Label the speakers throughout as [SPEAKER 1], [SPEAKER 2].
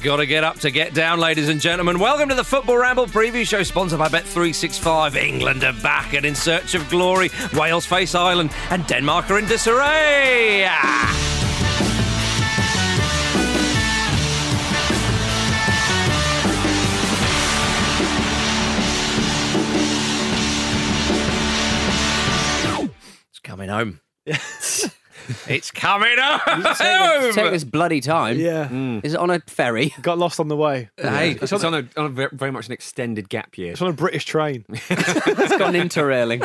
[SPEAKER 1] Gotta get up to get down, ladies and gentlemen. Welcome to the Football Ramble preview show, sponsored by Bet365. England are back and in search of glory. Wales face Ireland, and Denmark are in disarray. Ah!
[SPEAKER 2] It's coming home.
[SPEAKER 1] It's coming up.
[SPEAKER 2] Take, take this bloody time. Mm.
[SPEAKER 3] Yeah.
[SPEAKER 2] Is it on a ferry?
[SPEAKER 3] Got lost on the way.
[SPEAKER 4] Hey, it's, on, a, on a ver- very much an extended gap year.
[SPEAKER 3] It's on a British train.
[SPEAKER 2] It's gone interrailing.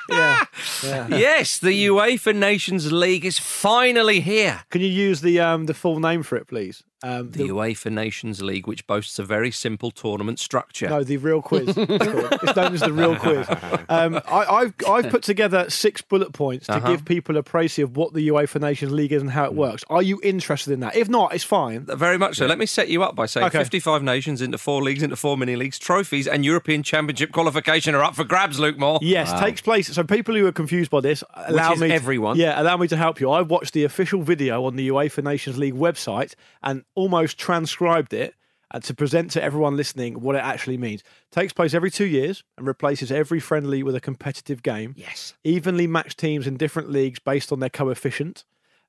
[SPEAKER 3] yeah. yeah.
[SPEAKER 1] Yes, the UEFA Nations League is finally here.
[SPEAKER 3] Can you use the um the full name for it, please? Um,
[SPEAKER 1] The UEFA Nations League, which boasts a very simple tournament structure.
[SPEAKER 3] No, the real quiz. It's, called. It's known as the real quiz. Um, I, I've I've put together six bullet points to give people a précis of what the UEFA Nations League is and how it works. Are you interested in that? If not, it's fine.
[SPEAKER 1] Very much so. Let me set you up by saying
[SPEAKER 3] Okay.
[SPEAKER 1] 55 nations into four leagues, into four mini leagues, trophies, and European Championship qualification are up for grabs, Luke Moore.
[SPEAKER 3] Yes, takes place. So people who are confused by this, allow
[SPEAKER 4] is
[SPEAKER 3] me to-
[SPEAKER 4] everyone.
[SPEAKER 3] yeah, allow me to help you. I watched the official video on the UEFA Nations League website and almost transcribed it uh, to present to everyone listening what it actually means. Takes place every two years and replaces every friendly with a competitive game.
[SPEAKER 1] Yes.
[SPEAKER 3] Evenly matched teams in different leagues based on their coefficient.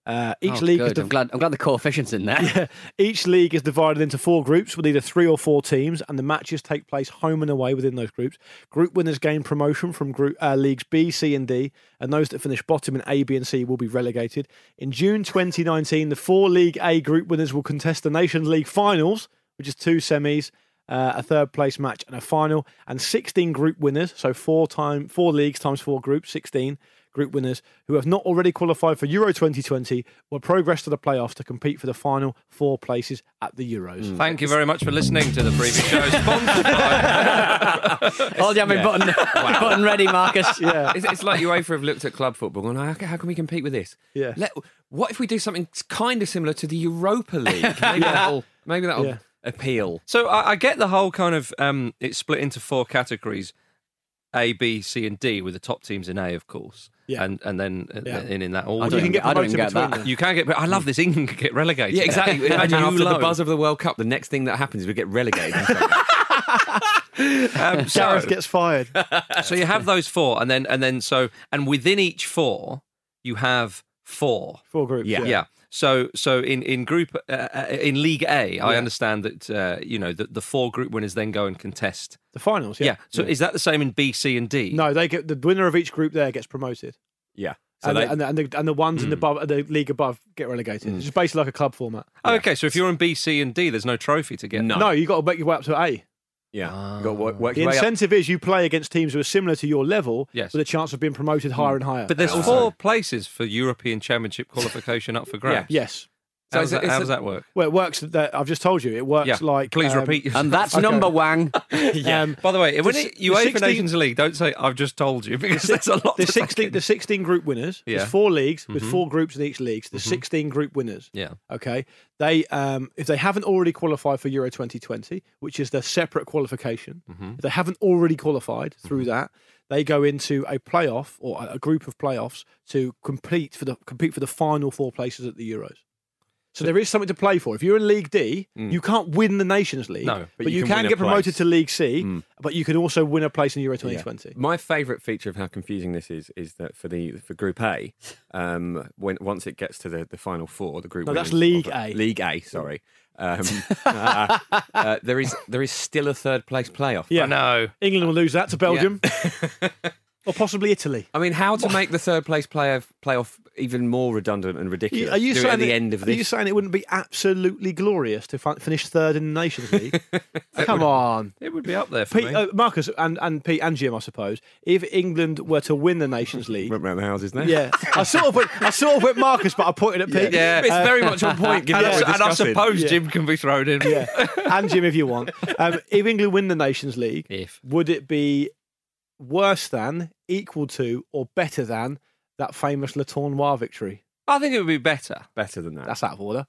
[SPEAKER 3] Uh, each
[SPEAKER 2] Oh,
[SPEAKER 3] league is
[SPEAKER 2] good.
[SPEAKER 3] div-
[SPEAKER 2] I'm glad. I'm glad the coefficient's in there.
[SPEAKER 3] each league is divided into four groups with either three or four teams, and the matches take place home and away within those groups. Group winners gain promotion from group uh, leagues B, C, and D, and those that finish bottom in A, B, and C will be relegated. In June 2019, the four League A group winners will contest the Nations League finals, which is two semis. Uh, a third place match and a final, and 16 group winners, so four time four leagues times four groups, 16 group winners who have not already qualified for Euro 2020 will progress to the playoffs to compete for the final four places at the Euros.
[SPEAKER 4] Mm.
[SPEAKER 1] Thank you very much for listening to the previous show. Sponsored by...
[SPEAKER 2] Hold your admin button. Button ready, Marcus.
[SPEAKER 3] Yeah.
[SPEAKER 4] It's, it's like UEFA have looked at club football and how, how can we compete with this?
[SPEAKER 3] Yeah.
[SPEAKER 4] Let, what if we do something kind of similar to the Europa League? Maybe that'll, maybe that'll
[SPEAKER 3] Yeah.
[SPEAKER 4] appeal.
[SPEAKER 1] So I, I get the whole kind of um, it's split into four categories: A, B, C, and D, with the top teams in A, of course.
[SPEAKER 3] Yeah.
[SPEAKER 1] And and then uh,
[SPEAKER 3] Yeah.
[SPEAKER 1] in in that
[SPEAKER 2] I
[SPEAKER 1] order.
[SPEAKER 2] don't
[SPEAKER 3] You can
[SPEAKER 2] even-
[SPEAKER 3] get
[SPEAKER 2] I don't even
[SPEAKER 3] promoted
[SPEAKER 2] get that.
[SPEAKER 3] between them.
[SPEAKER 1] You can get. I love this. England could get relegated.
[SPEAKER 4] Yeah, exactly.
[SPEAKER 1] and
[SPEAKER 4] and
[SPEAKER 1] you
[SPEAKER 4] after the
[SPEAKER 1] loan.
[SPEAKER 4] buzz of the World Cup, the next thing that happens is we get relegated.
[SPEAKER 1] Um, so-
[SPEAKER 3] Gareth gets fired.
[SPEAKER 1] so you have those four, and then and then so and within each four, you have four.
[SPEAKER 3] Four groups.
[SPEAKER 4] Yeah.
[SPEAKER 3] Yeah.
[SPEAKER 1] Yeah. So so in in group uh, uh, in League A, I understand that uh, you know the, the four group winners then go and contest.
[SPEAKER 3] The finals.
[SPEAKER 1] Yeah.
[SPEAKER 3] Yeah.
[SPEAKER 1] So is that the same in B, C, and D?
[SPEAKER 3] No, they get the winner of each group there gets promoted.
[SPEAKER 4] yeah. So
[SPEAKER 3] and,
[SPEAKER 4] they, Mm.
[SPEAKER 3] the, and, the, and, the, and the ones in the, above, the league above get relegated. It's basically like a club format.
[SPEAKER 1] Oh, Okay, so if you're in B, C, and D, there's no trophy to get.
[SPEAKER 4] No.
[SPEAKER 3] No, you got to make your way up to A.
[SPEAKER 4] yeah. You've got to work, work
[SPEAKER 3] The
[SPEAKER 4] your way up.
[SPEAKER 3] incentive is you play against teams who are similar to your level
[SPEAKER 1] Yes.
[SPEAKER 3] with a chance of being
[SPEAKER 4] Mm.
[SPEAKER 3] promoted higher and higher.
[SPEAKER 1] But there's four places for European Championship qualification up for grabs.
[SPEAKER 3] yes.
[SPEAKER 4] So
[SPEAKER 1] How
[SPEAKER 4] it's
[SPEAKER 1] does
[SPEAKER 4] a-
[SPEAKER 1] that,
[SPEAKER 4] it's
[SPEAKER 1] how
[SPEAKER 4] a-
[SPEAKER 1] does that work?
[SPEAKER 3] Well, it works. That I've just told you, it works
[SPEAKER 1] Yeah,
[SPEAKER 3] like.
[SPEAKER 1] please
[SPEAKER 3] um,
[SPEAKER 1] repeat.
[SPEAKER 2] And that's number Wang.
[SPEAKER 3] Yeah.
[SPEAKER 1] By the way, when
[SPEAKER 3] the
[SPEAKER 1] it, UEFA
[SPEAKER 3] 16
[SPEAKER 1] Nations League, don't say I've just told you because there's a lot.
[SPEAKER 3] the
[SPEAKER 1] to
[SPEAKER 3] 16
[SPEAKER 1] take in.
[SPEAKER 3] the 16 group winners
[SPEAKER 1] Yeah.
[SPEAKER 3] there's four leagues with four groups in each league so the 16 group winners
[SPEAKER 1] Yeah.
[SPEAKER 3] okay they um if they haven't already qualified for euro 2020 which is their separate qualification if they haven't already qualified through that they go into a playoff or a- a group of playoffs to compete for the compete for the final four places at the euros so there is something to play for. If you're in League D, you can't win the Nations League,
[SPEAKER 1] No,
[SPEAKER 3] but, you, can,
[SPEAKER 4] win a
[SPEAKER 3] get promoted
[SPEAKER 4] place.
[SPEAKER 3] to League C, but you can also win a place in Euro 2020.
[SPEAKER 5] My favourite feature of how confusing this is is that for the for Group A, um, when once it gets to the, the final four, the group
[SPEAKER 3] No, that's
[SPEAKER 5] winners
[SPEAKER 3] League
[SPEAKER 5] of-
[SPEAKER 3] A.
[SPEAKER 5] League A, sorry. Um, uh, uh, there is there is still a third place playoff.
[SPEAKER 3] Yeah.
[SPEAKER 1] I know.
[SPEAKER 3] England will lose that to Belgium. or possibly Italy.
[SPEAKER 5] I mean, how to make the third place playoff playoff even more redundant and ridiculous?
[SPEAKER 3] Are you
[SPEAKER 5] Do it
[SPEAKER 3] saying
[SPEAKER 5] at the
[SPEAKER 3] that-
[SPEAKER 5] end of
[SPEAKER 3] Are you
[SPEAKER 5] this?
[SPEAKER 3] saying it wouldn't be absolutely glorious to fi- finish third in the Nations League? Come on.
[SPEAKER 1] It would be up there for
[SPEAKER 3] Pete,
[SPEAKER 1] me.
[SPEAKER 3] uh, Marcus and, and Pete and Jim, I suppose, if England were to win the Nations League.
[SPEAKER 5] Went round the houses now.
[SPEAKER 3] yeah. I sort of went, I sort of went Marcus, but I pointed at Pete. Uh,
[SPEAKER 1] yeah,
[SPEAKER 4] It's very much on point, given
[SPEAKER 1] and,
[SPEAKER 4] that
[SPEAKER 1] I,
[SPEAKER 4] we're
[SPEAKER 1] and I
[SPEAKER 4] discussing.
[SPEAKER 1] suppose
[SPEAKER 3] Yeah.
[SPEAKER 1] Jim can be thrown in.
[SPEAKER 3] Yeah. and Jim, if you want. Um, if England win the Nations League,
[SPEAKER 1] If.
[SPEAKER 3] would it be worse than, equal to, or better than that famous Le Tournois victory?
[SPEAKER 1] I think it would be better.
[SPEAKER 5] better than that.
[SPEAKER 3] That's out of order.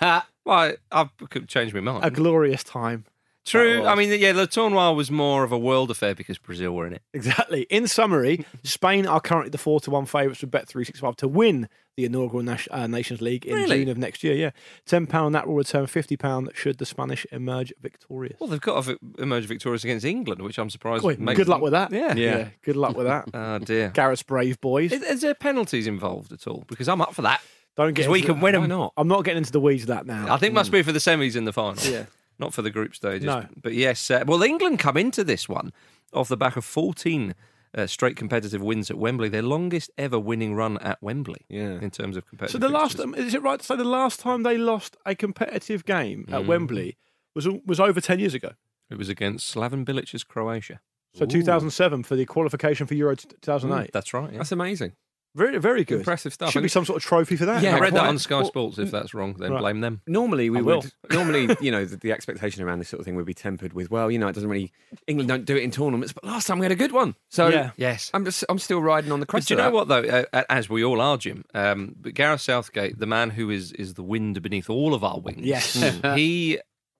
[SPEAKER 1] Well, I, I could change my mind.
[SPEAKER 3] A glorious time.
[SPEAKER 1] True. I mean, yeah, the tournoi was more of a world affair because Brazil were in it.
[SPEAKER 3] Exactly. In summary, Spain are currently the four to one favourites with Bet365 to win the inaugural Nash, uh, Nations League in
[SPEAKER 1] Really?
[SPEAKER 3] June of next year. Yeah, ten pound that will return fifty pound should the Spanish emerge victorious.
[SPEAKER 1] Well, they've got to vi- emerge victorious against England, which I'm surprised.
[SPEAKER 3] Oi,
[SPEAKER 1] makes
[SPEAKER 3] good luck
[SPEAKER 1] them-
[SPEAKER 3] with that.
[SPEAKER 1] Yeah.
[SPEAKER 5] Yeah.
[SPEAKER 3] Good luck with that.
[SPEAKER 1] Oh dear.
[SPEAKER 3] Gareth's brave boys.
[SPEAKER 1] Is, is there penalties involved at all? Because I'm up for that.
[SPEAKER 3] Don't get.
[SPEAKER 1] Because we
[SPEAKER 3] into
[SPEAKER 1] can
[SPEAKER 3] the-
[SPEAKER 1] win
[SPEAKER 5] Why
[SPEAKER 1] them.
[SPEAKER 5] not?
[SPEAKER 3] I'm not getting into the weeds of that
[SPEAKER 1] I
[SPEAKER 3] now.
[SPEAKER 1] think it must be for the semis and the final.
[SPEAKER 3] Mm. Yeah.
[SPEAKER 1] Not for the group stages.
[SPEAKER 3] No.
[SPEAKER 1] But yes, uh, well, England come into this one off the back of 14 uh, straight competitive wins at Wembley, their longest ever winning run at Wembley
[SPEAKER 5] Yeah.
[SPEAKER 1] in terms of competitive.
[SPEAKER 3] So the last
[SPEAKER 1] fixtures.
[SPEAKER 3] um, is it right to say the last time they lost a competitive game
[SPEAKER 1] Mm.
[SPEAKER 3] at Wembley was was over ten years ago.
[SPEAKER 1] it was against Slaven Bilic's Croatia.
[SPEAKER 3] So 2007 for the qualification for Euro 2008.
[SPEAKER 1] Mm, That's right. Yeah.
[SPEAKER 5] That's amazing.
[SPEAKER 3] Very, very good.
[SPEAKER 5] Impressive stuff.
[SPEAKER 3] Should
[SPEAKER 5] And-
[SPEAKER 3] be some sort of trophy for that.
[SPEAKER 5] Yeah,
[SPEAKER 1] I read that
[SPEAKER 5] quite-
[SPEAKER 1] on Sky
[SPEAKER 5] well,
[SPEAKER 1] Sports. If that's wrong, then
[SPEAKER 3] mm. right.
[SPEAKER 1] blame them.
[SPEAKER 5] Normally we
[SPEAKER 3] I will.
[SPEAKER 5] would. Normally, you know, the, the expectation around this sort of thing would be tempered with, well, you know, it doesn't really. England don't do it in tournaments, but last time we had a good one. So
[SPEAKER 3] Yeah.
[SPEAKER 1] Yes.
[SPEAKER 5] I'm just, I'm still riding on the crest.
[SPEAKER 1] But do you
[SPEAKER 5] of
[SPEAKER 1] know
[SPEAKER 5] that.
[SPEAKER 1] what though? Uh, a- as we all are, Jim. Um, but Gareth Southgate, the man who is is the wind beneath all of our wings. Hmm.
[SPEAKER 3] Yes.
[SPEAKER 1] he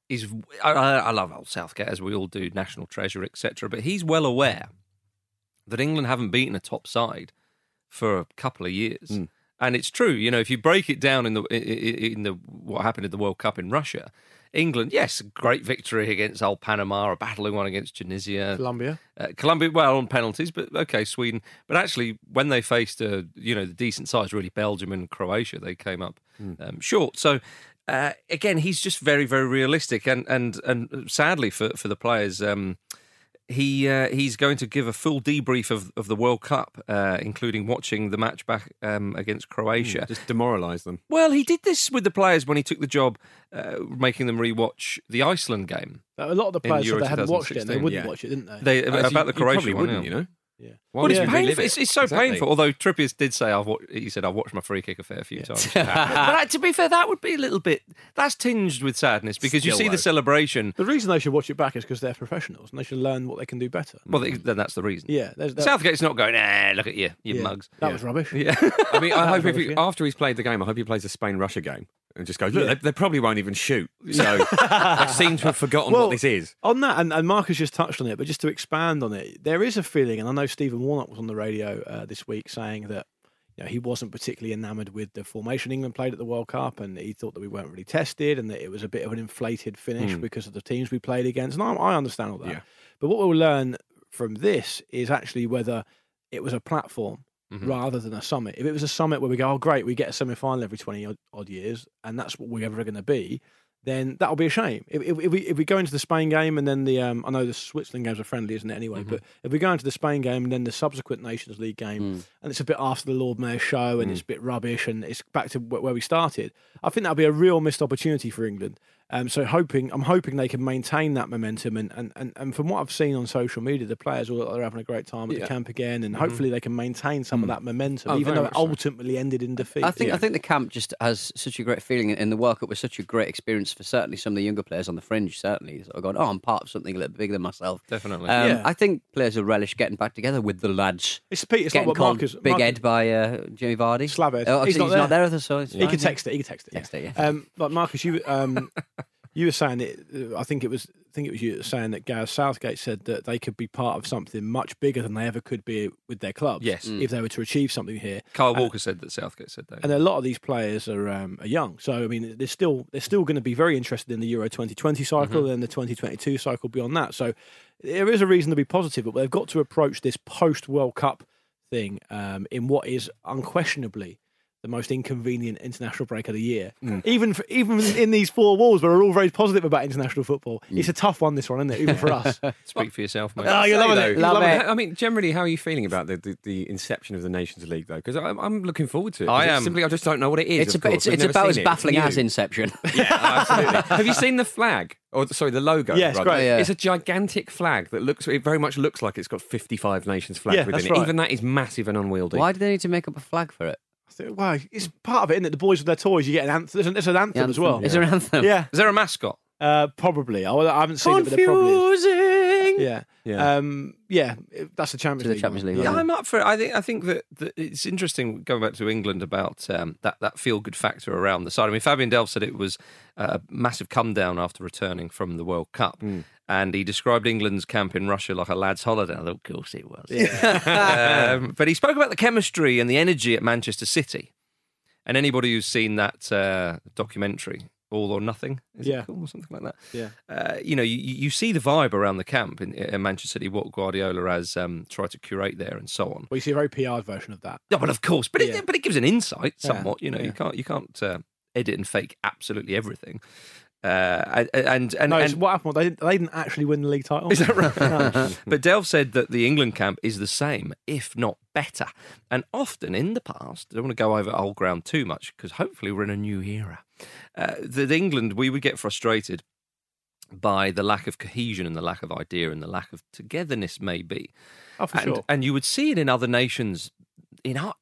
[SPEAKER 1] is. I, I I love old Southgate as we all do, national treasure, etc. But he's well aware that England haven't beaten a top side for a couple of years. And it's true, you know, if you break it down in the i- i- in the what happened at the World Cup in Russia, England, yes, great victory against old Panama, a battling one against Tunisia,
[SPEAKER 3] Colombia.
[SPEAKER 1] uh, Colombia, well, on penalties, but okay, Sweden. But actually, when they faced, uh, you know, the decent sides, really Belgium and Croatia, they came up
[SPEAKER 5] Hmm.
[SPEAKER 1] um, short. So uh, again, he's just very, very realistic, and and and sadly for for the players. Um, he uh, he's going to give a full debrief of, of the World Cup, uh, including watching the match back um, against Croatia.
[SPEAKER 5] Just demoralise them.
[SPEAKER 1] Well, he did this with the players when he took the job, uh, making them rewatch the Iceland game.
[SPEAKER 3] A lot of the
[SPEAKER 1] In
[SPEAKER 3] players said
[SPEAKER 1] Euro
[SPEAKER 3] they hadn't watched it. and They
[SPEAKER 1] 2016,
[SPEAKER 3] wouldn't
[SPEAKER 5] yeah.
[SPEAKER 3] watch it, didn't they?
[SPEAKER 1] They
[SPEAKER 5] Uh, so
[SPEAKER 1] about
[SPEAKER 5] you-
[SPEAKER 1] the Croatia
[SPEAKER 5] you probably
[SPEAKER 1] one,
[SPEAKER 5] wouldn't,
[SPEAKER 1] yeah.
[SPEAKER 5] you know.
[SPEAKER 3] Yeah.
[SPEAKER 5] Why
[SPEAKER 1] Well,
[SPEAKER 5] would
[SPEAKER 1] it's
[SPEAKER 5] you relive
[SPEAKER 1] painful.
[SPEAKER 5] it?
[SPEAKER 1] It's, it's so
[SPEAKER 5] Exactly.
[SPEAKER 1] painful. Although Trippier did say, "I've watched, he said I've watched my free kick a fair few times." but uh, to be fair, that would be a little bit that's tinged with sadness because you
[SPEAKER 5] Still
[SPEAKER 1] see
[SPEAKER 5] though.
[SPEAKER 1] the celebration.
[SPEAKER 3] The reason they should watch it back is because they're professionals and they should learn what they can do better.
[SPEAKER 1] Well,
[SPEAKER 5] Mm-hmm.
[SPEAKER 1] th- then that's the reason.
[SPEAKER 3] Yeah, there's that,
[SPEAKER 1] Southgate's not going. Nah, look at you, you
[SPEAKER 3] yeah,
[SPEAKER 1] mugs.
[SPEAKER 3] That was rubbish.
[SPEAKER 1] Yeah.
[SPEAKER 5] I mean, I hope if
[SPEAKER 3] rubbish,
[SPEAKER 5] he,
[SPEAKER 3] yeah.
[SPEAKER 5] after he's played the game, I hope he plays the Spain Russia game and just goes, look, they, they probably won't even shoot. So I seem to have forgotten
[SPEAKER 3] Well,
[SPEAKER 5] what this is.
[SPEAKER 3] On that, and, and Marcus just touched on it, but just to expand on it, there is a feeling, and I know Stephen Warnock was on the radio uh, this week saying that you know, he wasn't particularly enamoured with the formation England played at the World Cup, and he thought that we weren't really tested, and that it was a bit of an inflated finish because of the teams we played against. And I, I understand all that.
[SPEAKER 5] Yeah.
[SPEAKER 3] But what we'll learn from this is actually whether it was a platform rather than a summit. If it was a summit where we go, oh, great, we get a semi final every 20 odd, odd years, and that's what we're ever going to be, then that'll be a shame. If, if, if, we, if we go into the Spain game and then the, um, I know the Switzerland games are friendly, isn't it, anyway?
[SPEAKER 6] Mm-hmm.
[SPEAKER 3] But if we go into the Spain game and then the subsequent Nations League game,
[SPEAKER 6] Mm.
[SPEAKER 3] and it's a bit after the Lord Mayor show and it's a bit rubbish and it's back to wh- where we started, I think that'll be a real missed opportunity for England. Um, so hoping I'm hoping they can maintain that momentum and, and, and, and from what I've seen on social media, the players all look like they're having a great time at the camp again,
[SPEAKER 6] Mm-hmm.
[SPEAKER 3] and hopefully they can maintain some of
[SPEAKER 6] Mm.
[SPEAKER 3] that momentum,
[SPEAKER 4] Oh,
[SPEAKER 3] even
[SPEAKER 4] very
[SPEAKER 3] though
[SPEAKER 4] much
[SPEAKER 3] it
[SPEAKER 4] so.
[SPEAKER 3] ultimately ended in defeat.
[SPEAKER 6] I think I think the camp just has such a great feeling, and the World Cup was such a great experience for certainly some of the younger players on the fringe. Certainly, sort of going, oh, I'm part of something a little bigger than myself.
[SPEAKER 1] Definitely.
[SPEAKER 6] Um,
[SPEAKER 3] Yeah.
[SPEAKER 6] I think players will relish getting back together with the lads.
[SPEAKER 3] It's, Pete, it's like
[SPEAKER 6] getting
[SPEAKER 3] what
[SPEAKER 6] called
[SPEAKER 3] Marcus
[SPEAKER 6] Big
[SPEAKER 3] Marcus-
[SPEAKER 6] Ed by uh, Jimmy Vardy.
[SPEAKER 3] Slav Ed.
[SPEAKER 6] Oh,
[SPEAKER 3] He's
[SPEAKER 6] he's,
[SPEAKER 3] not
[SPEAKER 6] he's not
[SPEAKER 3] there.
[SPEAKER 6] there, so it's
[SPEAKER 3] He
[SPEAKER 6] fine,
[SPEAKER 3] could
[SPEAKER 6] yeah.
[SPEAKER 3] text it. He could text it.
[SPEAKER 6] Text it, yeah.
[SPEAKER 3] Um, like Marcus, you um, you were saying it. I think it was. I think it was you that was saying that Gareth Southgate said that they could be part of something much bigger than they ever could be with their clubs.
[SPEAKER 1] Yes.
[SPEAKER 3] if they were to achieve something here.
[SPEAKER 1] Carl Walker said that Southgate said that.
[SPEAKER 3] And a lot of these players are um, are young, so I mean, they're still they're still going to be very interested in the Euro 2020 cycle and the 2022 cycle beyond that. So there is a reason to be positive, but they've got to approach this post World Cup thing um, in what is unquestionably the most inconvenient international break of the year. Even for, even in these four walls, where we're all very positive about international football. It's a tough one, this one, isn't it? Even for us.
[SPEAKER 1] Speak for yourself, mate.
[SPEAKER 3] oh, you're loving
[SPEAKER 5] though,
[SPEAKER 3] it.
[SPEAKER 5] you're
[SPEAKER 6] Love
[SPEAKER 5] loving
[SPEAKER 6] it.
[SPEAKER 5] I mean, generally, how are you feeling about the, the, the inception of the Nations League, though? Because I'm, I'm looking forward to it. 'Cause
[SPEAKER 1] I
[SPEAKER 5] it's
[SPEAKER 1] am.
[SPEAKER 5] Simply, I just don't know what it is.
[SPEAKER 6] It's,
[SPEAKER 5] of
[SPEAKER 6] ab-
[SPEAKER 5] course.
[SPEAKER 6] it's,
[SPEAKER 5] I've
[SPEAKER 6] it's
[SPEAKER 5] never
[SPEAKER 6] about
[SPEAKER 5] seen
[SPEAKER 6] as
[SPEAKER 5] it. It's
[SPEAKER 6] baffling
[SPEAKER 5] new.
[SPEAKER 6] as Inception.
[SPEAKER 5] Yeah, absolutely. Have you seen the flag? Or sorry, the logo.
[SPEAKER 3] Yes,
[SPEAKER 5] rather.
[SPEAKER 3] great.
[SPEAKER 6] Yeah.
[SPEAKER 5] It's a gigantic flag that looks. It very much looks like it's got 55 nations flagged
[SPEAKER 3] Yeah,
[SPEAKER 5] within
[SPEAKER 3] that's
[SPEAKER 5] it.
[SPEAKER 3] right.
[SPEAKER 5] Even that is massive and unwieldy.
[SPEAKER 6] Why do they need to make up a flag for it?
[SPEAKER 3] Wow, it's part of it, isn't it? The boys with their toys, you get an anthem. There's an, there's an anthem,
[SPEAKER 6] The
[SPEAKER 3] as well.
[SPEAKER 6] Is there an anthem?
[SPEAKER 3] yeah.
[SPEAKER 1] Is there a mascot?
[SPEAKER 3] Uh, probably. I, I haven't seen it, but there probably is. Yeah.
[SPEAKER 5] Yeah.
[SPEAKER 3] Um, yeah, it- that's the Champions
[SPEAKER 6] To the
[SPEAKER 3] League.
[SPEAKER 6] Champions
[SPEAKER 3] one.
[SPEAKER 6] League,
[SPEAKER 3] Yeah.
[SPEAKER 1] I'm
[SPEAKER 6] wasn't
[SPEAKER 1] up for it. I think I think that, that it's interesting going back to England about um, that that feel good factor around the side. I mean, Fabian Delph said it was a massive come down after returning from the World Cup, and he described England's camp in Russia like a lad's holiday. I thought, of course it was. um, but he spoke about the chemistry and the energy at Manchester City, and anybody who's seen that uh, documentary. All or nothing, is
[SPEAKER 3] Yeah.
[SPEAKER 1] it called, or something like that.
[SPEAKER 3] Yeah.
[SPEAKER 1] uh, you know, you, you see the vibe around the camp in, in Manchester City. What Guardiola has um, tried to curate there, and so on.
[SPEAKER 3] Well, you see a very PR'd version of that.
[SPEAKER 1] No, well, of course, but it,
[SPEAKER 3] Yeah.
[SPEAKER 1] but it gives an insight
[SPEAKER 3] Yeah,
[SPEAKER 1] somewhat. You know,
[SPEAKER 3] yeah.
[SPEAKER 1] you can't you can't uh, edit and fake absolutely everything. Uh, and and, and,
[SPEAKER 3] No, it's what happened? They didn't, they didn't actually win the league title.
[SPEAKER 1] is that right? but Delph said that the England camp is the same, if not better. And often in the past, I don't want to go over old ground too much because hopefully we're in a new era. Uh, that England, we would get frustrated by the lack of cohesion and the lack of idea and the lack of togetherness, maybe.
[SPEAKER 3] Oh, for
[SPEAKER 1] and,
[SPEAKER 3] sure.
[SPEAKER 1] and you would see it in other nations, in Ar-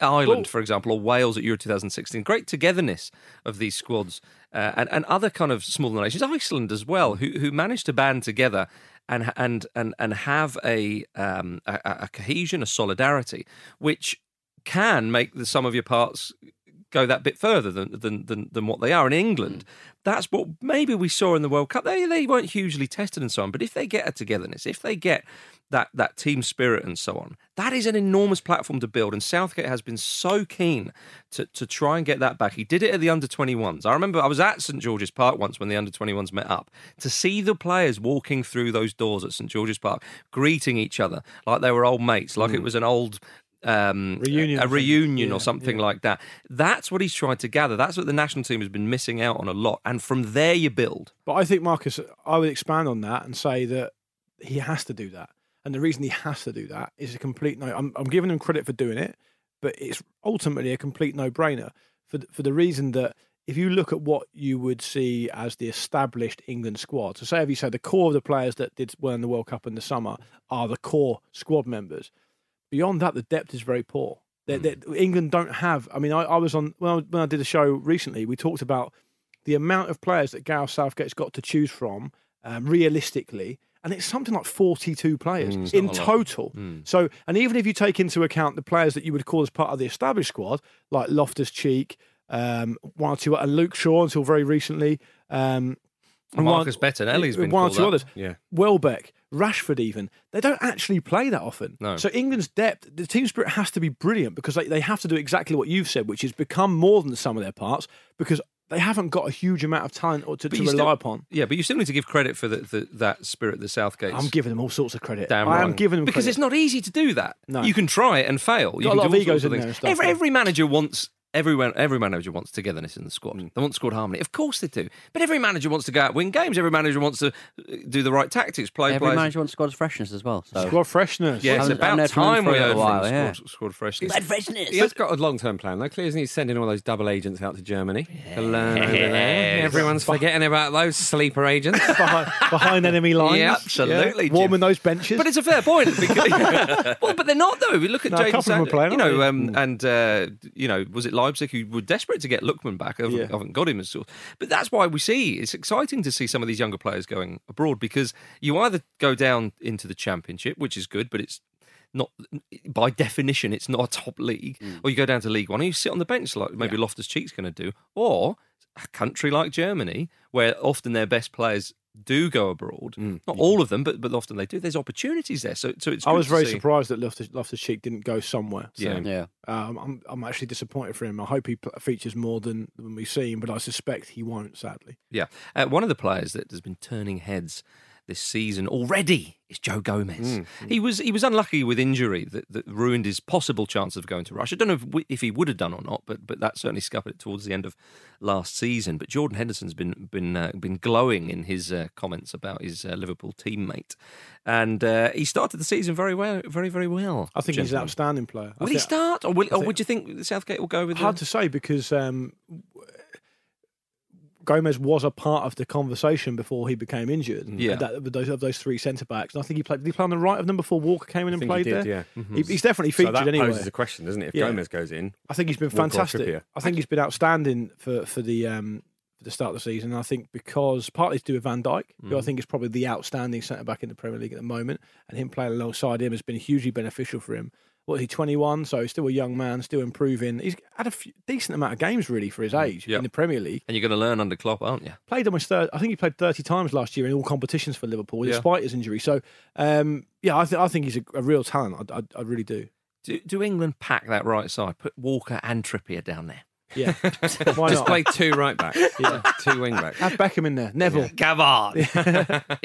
[SPEAKER 1] Ireland,
[SPEAKER 3] Well-
[SPEAKER 1] for example, or Wales at Euro 2016. Great togetherness of these squads uh, and, and other kind of smaller nations, Iceland as well, who, who managed to band together and and and and have a um, a, a a cohesion, a solidarity, which can make the sum of your parts go that bit further than than than, than what they are in England.
[SPEAKER 3] Mm.
[SPEAKER 1] That's what maybe we saw in the World Cup. They they weren't hugely tested and so on, but if they get a togetherness, if they get that that team spirit and so on, that is an enormous platform to build. And Southgate has been so keen to to try and get that back. He did it at the under twenty ones. I remember I was at St George's Park once when the under twenty ones met up to see the players walking through those doors at St George's Park, greeting each other like they were old mates, like it was an old. Um,
[SPEAKER 3] Mm. Reunion, I
[SPEAKER 1] a
[SPEAKER 3] think.
[SPEAKER 1] reunion or
[SPEAKER 3] Yeah,
[SPEAKER 1] something like that. That's what he's tried to gather. That's what the national team has been missing out on a lot. And from there, you build.
[SPEAKER 3] But I think Marcus, I would expand on that and say that he has to do that, and the reason he has to do that is a complete no. I'm, I'm giving him credit for doing it, but it's ultimately a complete no-brainer for th- for the reason that if you look at what you would see as the established England squad, so say if you say the core of the players that did well in the World Cup in the summer are the core squad members, beyond that, the depth is very poor.
[SPEAKER 1] Hmm.
[SPEAKER 3] That that England don't have. I mean, I, I was on when I, when I did a show recently. We talked about the amount of players that Gareth Southgate's got to choose from, um, realistically, and it's something like 42 players
[SPEAKER 1] Hmm,
[SPEAKER 3] in total. So, and even if you take into account the players that you would call as part of the established squad, like Loftus Cheek, um, one or two, and Luke Shaw until very recently, um, and one- eh,
[SPEAKER 1] Marcus Bettinelli's been
[SPEAKER 3] one or
[SPEAKER 1] called
[SPEAKER 3] two
[SPEAKER 1] up.
[SPEAKER 3] others.
[SPEAKER 5] Yeah.
[SPEAKER 3] Welbeck, Rashford, even they don't actually play that often.
[SPEAKER 1] No.
[SPEAKER 3] So England's depth, the team spirit has to be brilliant because they, they have to do exactly what you've said, which is become more than the sum of their parts because they haven't got a huge amount of talent or to, to
[SPEAKER 1] you
[SPEAKER 3] rely
[SPEAKER 1] still-
[SPEAKER 3] upon.
[SPEAKER 1] Yeah, but you still need to give credit for the, the, that spirit that Southgate's.
[SPEAKER 3] I'm giving them all sorts of credit.
[SPEAKER 1] Damn
[SPEAKER 3] I
[SPEAKER 1] right.
[SPEAKER 3] am giving them
[SPEAKER 1] because
[SPEAKER 3] credit.
[SPEAKER 1] it's not easy to do that.
[SPEAKER 3] No.
[SPEAKER 1] You can try it and fail. you
[SPEAKER 3] a
[SPEAKER 1] can
[SPEAKER 3] lot
[SPEAKER 1] do
[SPEAKER 3] of
[SPEAKER 1] all
[SPEAKER 3] egos
[SPEAKER 1] sorts
[SPEAKER 3] in there
[SPEAKER 1] things.
[SPEAKER 3] and stuff,
[SPEAKER 1] every,
[SPEAKER 3] yeah.
[SPEAKER 1] every manager wants Everyone, every manager wants togetherness in the squad.
[SPEAKER 3] Mm.
[SPEAKER 1] They want squad harmony. Of course they do. But every manager wants to go out and win games. Every manager wants to uh, do the right tactics, play
[SPEAKER 6] Every
[SPEAKER 1] players.
[SPEAKER 6] manager wants squad freshness as well. So
[SPEAKER 3] Squad freshness.
[SPEAKER 1] yeah, it's
[SPEAKER 6] Haven't-
[SPEAKER 1] about
[SPEAKER 6] haven't heard from him
[SPEAKER 1] time
[SPEAKER 6] for
[SPEAKER 1] we
[SPEAKER 6] a
[SPEAKER 1] heard
[SPEAKER 6] while,
[SPEAKER 1] from
[SPEAKER 6] yeah.
[SPEAKER 1] squad, squad freshness.
[SPEAKER 6] freshness.
[SPEAKER 5] He has got a long-term plan, though. Clearly, isn't he sending all those double agents out to Germany to learn over there? Everyone's forgetting about those sleeper agents.
[SPEAKER 3] behind, behind enemy lines.
[SPEAKER 1] Yeah, absolutely,
[SPEAKER 3] Warming
[SPEAKER 1] Jim.
[SPEAKER 3] those benches.
[SPEAKER 1] But it's a fair point. because- well, but they're not though. If you look at
[SPEAKER 3] No, a
[SPEAKER 1] Jaden
[SPEAKER 3] couple of them
[SPEAKER 1] Sancho,
[SPEAKER 3] are playing,
[SPEAKER 1] you know, um,
[SPEAKER 3] aren't
[SPEAKER 1] and uh, you know, was it Leipzig who were desperate to get Lookman back? I haven't,
[SPEAKER 3] Yeah.
[SPEAKER 1] haven't got him as sort. But that's why we see it's exciting to see some of these younger players going abroad because you either go down into the Championship, which is good, but it's not by definition it's not a top league,
[SPEAKER 3] Mm.
[SPEAKER 1] or you go down to League One and you sit on the bench like maybe Loftus Cheek's going to do, or a country like Germany where often their best players do go abroad. Not all of them, but but often they do. There's opportunities there. So so it's
[SPEAKER 3] Mm. Mm-hmm. I
[SPEAKER 1] good
[SPEAKER 3] was
[SPEAKER 1] to
[SPEAKER 3] very
[SPEAKER 1] see.
[SPEAKER 3] surprised that Loftus, Loftus Cheek didn't go somewhere. So,
[SPEAKER 5] Yeah.
[SPEAKER 6] yeah.
[SPEAKER 3] um, I'm, I'm actually disappointed for him. I hope he pl- features more than, than we've seen, but I suspect he won't, sadly.
[SPEAKER 1] Yeah. Uh, one of the players that has been turning heads this season already is Joe Gomez.
[SPEAKER 3] Mm,
[SPEAKER 1] He was he was unlucky with injury that, that ruined his possible chance of going to Russia. I don't know if, we, if he would have done or not, but but that certainly scuppered it towards the end of last season. But Jordan Henderson's been been uh, been glowing in his uh, comments about his uh, Liverpool teammate, and uh, he started the season very well, very very well.
[SPEAKER 3] I think he's an
[SPEAKER 1] gentlemen.
[SPEAKER 3] outstanding player. I
[SPEAKER 1] Will he
[SPEAKER 3] think-
[SPEAKER 1] start, or, will, or
[SPEAKER 3] think-
[SPEAKER 1] would you think Southgate will go with?
[SPEAKER 3] Hard
[SPEAKER 1] the-
[SPEAKER 3] to say because um, Gomez was a part of the conversation before he became
[SPEAKER 5] Mm.
[SPEAKER 3] injured.
[SPEAKER 1] Yeah.
[SPEAKER 3] That, of, those, of those three centre backs. And I think he played. Did he play on the right of them before Walker came in and
[SPEAKER 5] think he
[SPEAKER 3] played
[SPEAKER 5] did,
[SPEAKER 3] there?
[SPEAKER 5] yeah. Mm-hmm.
[SPEAKER 3] He- he's definitely
[SPEAKER 5] so
[SPEAKER 3] featured
[SPEAKER 5] that
[SPEAKER 3] anyway.
[SPEAKER 5] poses a question, doesn't it? If
[SPEAKER 3] Yeah.
[SPEAKER 5] Gomez goes in,
[SPEAKER 3] I think he's been
[SPEAKER 5] Walker or Trippier.
[SPEAKER 3] fantastic. I think he's been outstanding for for the um, for the start of the season. And I think because partly to do with Van Dijk, who I think is probably the outstanding centre back in the Premier League at the moment, and him playing alongside him has been hugely beneficial for him. What is he, 21? So he's still a young man, still improving. He's had a few, decent amount of games really for his age
[SPEAKER 1] Yep.
[SPEAKER 3] in the Premier League.
[SPEAKER 1] and you're going to learn under Klopp, aren't you?
[SPEAKER 3] Played almost, thir I think he played 30 times last year in all competitions for Liverpool,
[SPEAKER 1] Yeah.
[SPEAKER 3] despite his injury. So, um, yeah, I, th- I think he's a, a real talent. I, I, I really do.
[SPEAKER 1] Do, do England pack that right side? Put Walker and Trippier down there.
[SPEAKER 3] Yeah. Why
[SPEAKER 5] just
[SPEAKER 3] not?
[SPEAKER 5] play two right backs, two wing backs.
[SPEAKER 3] Have Beckham in there. Neville.
[SPEAKER 1] Come on,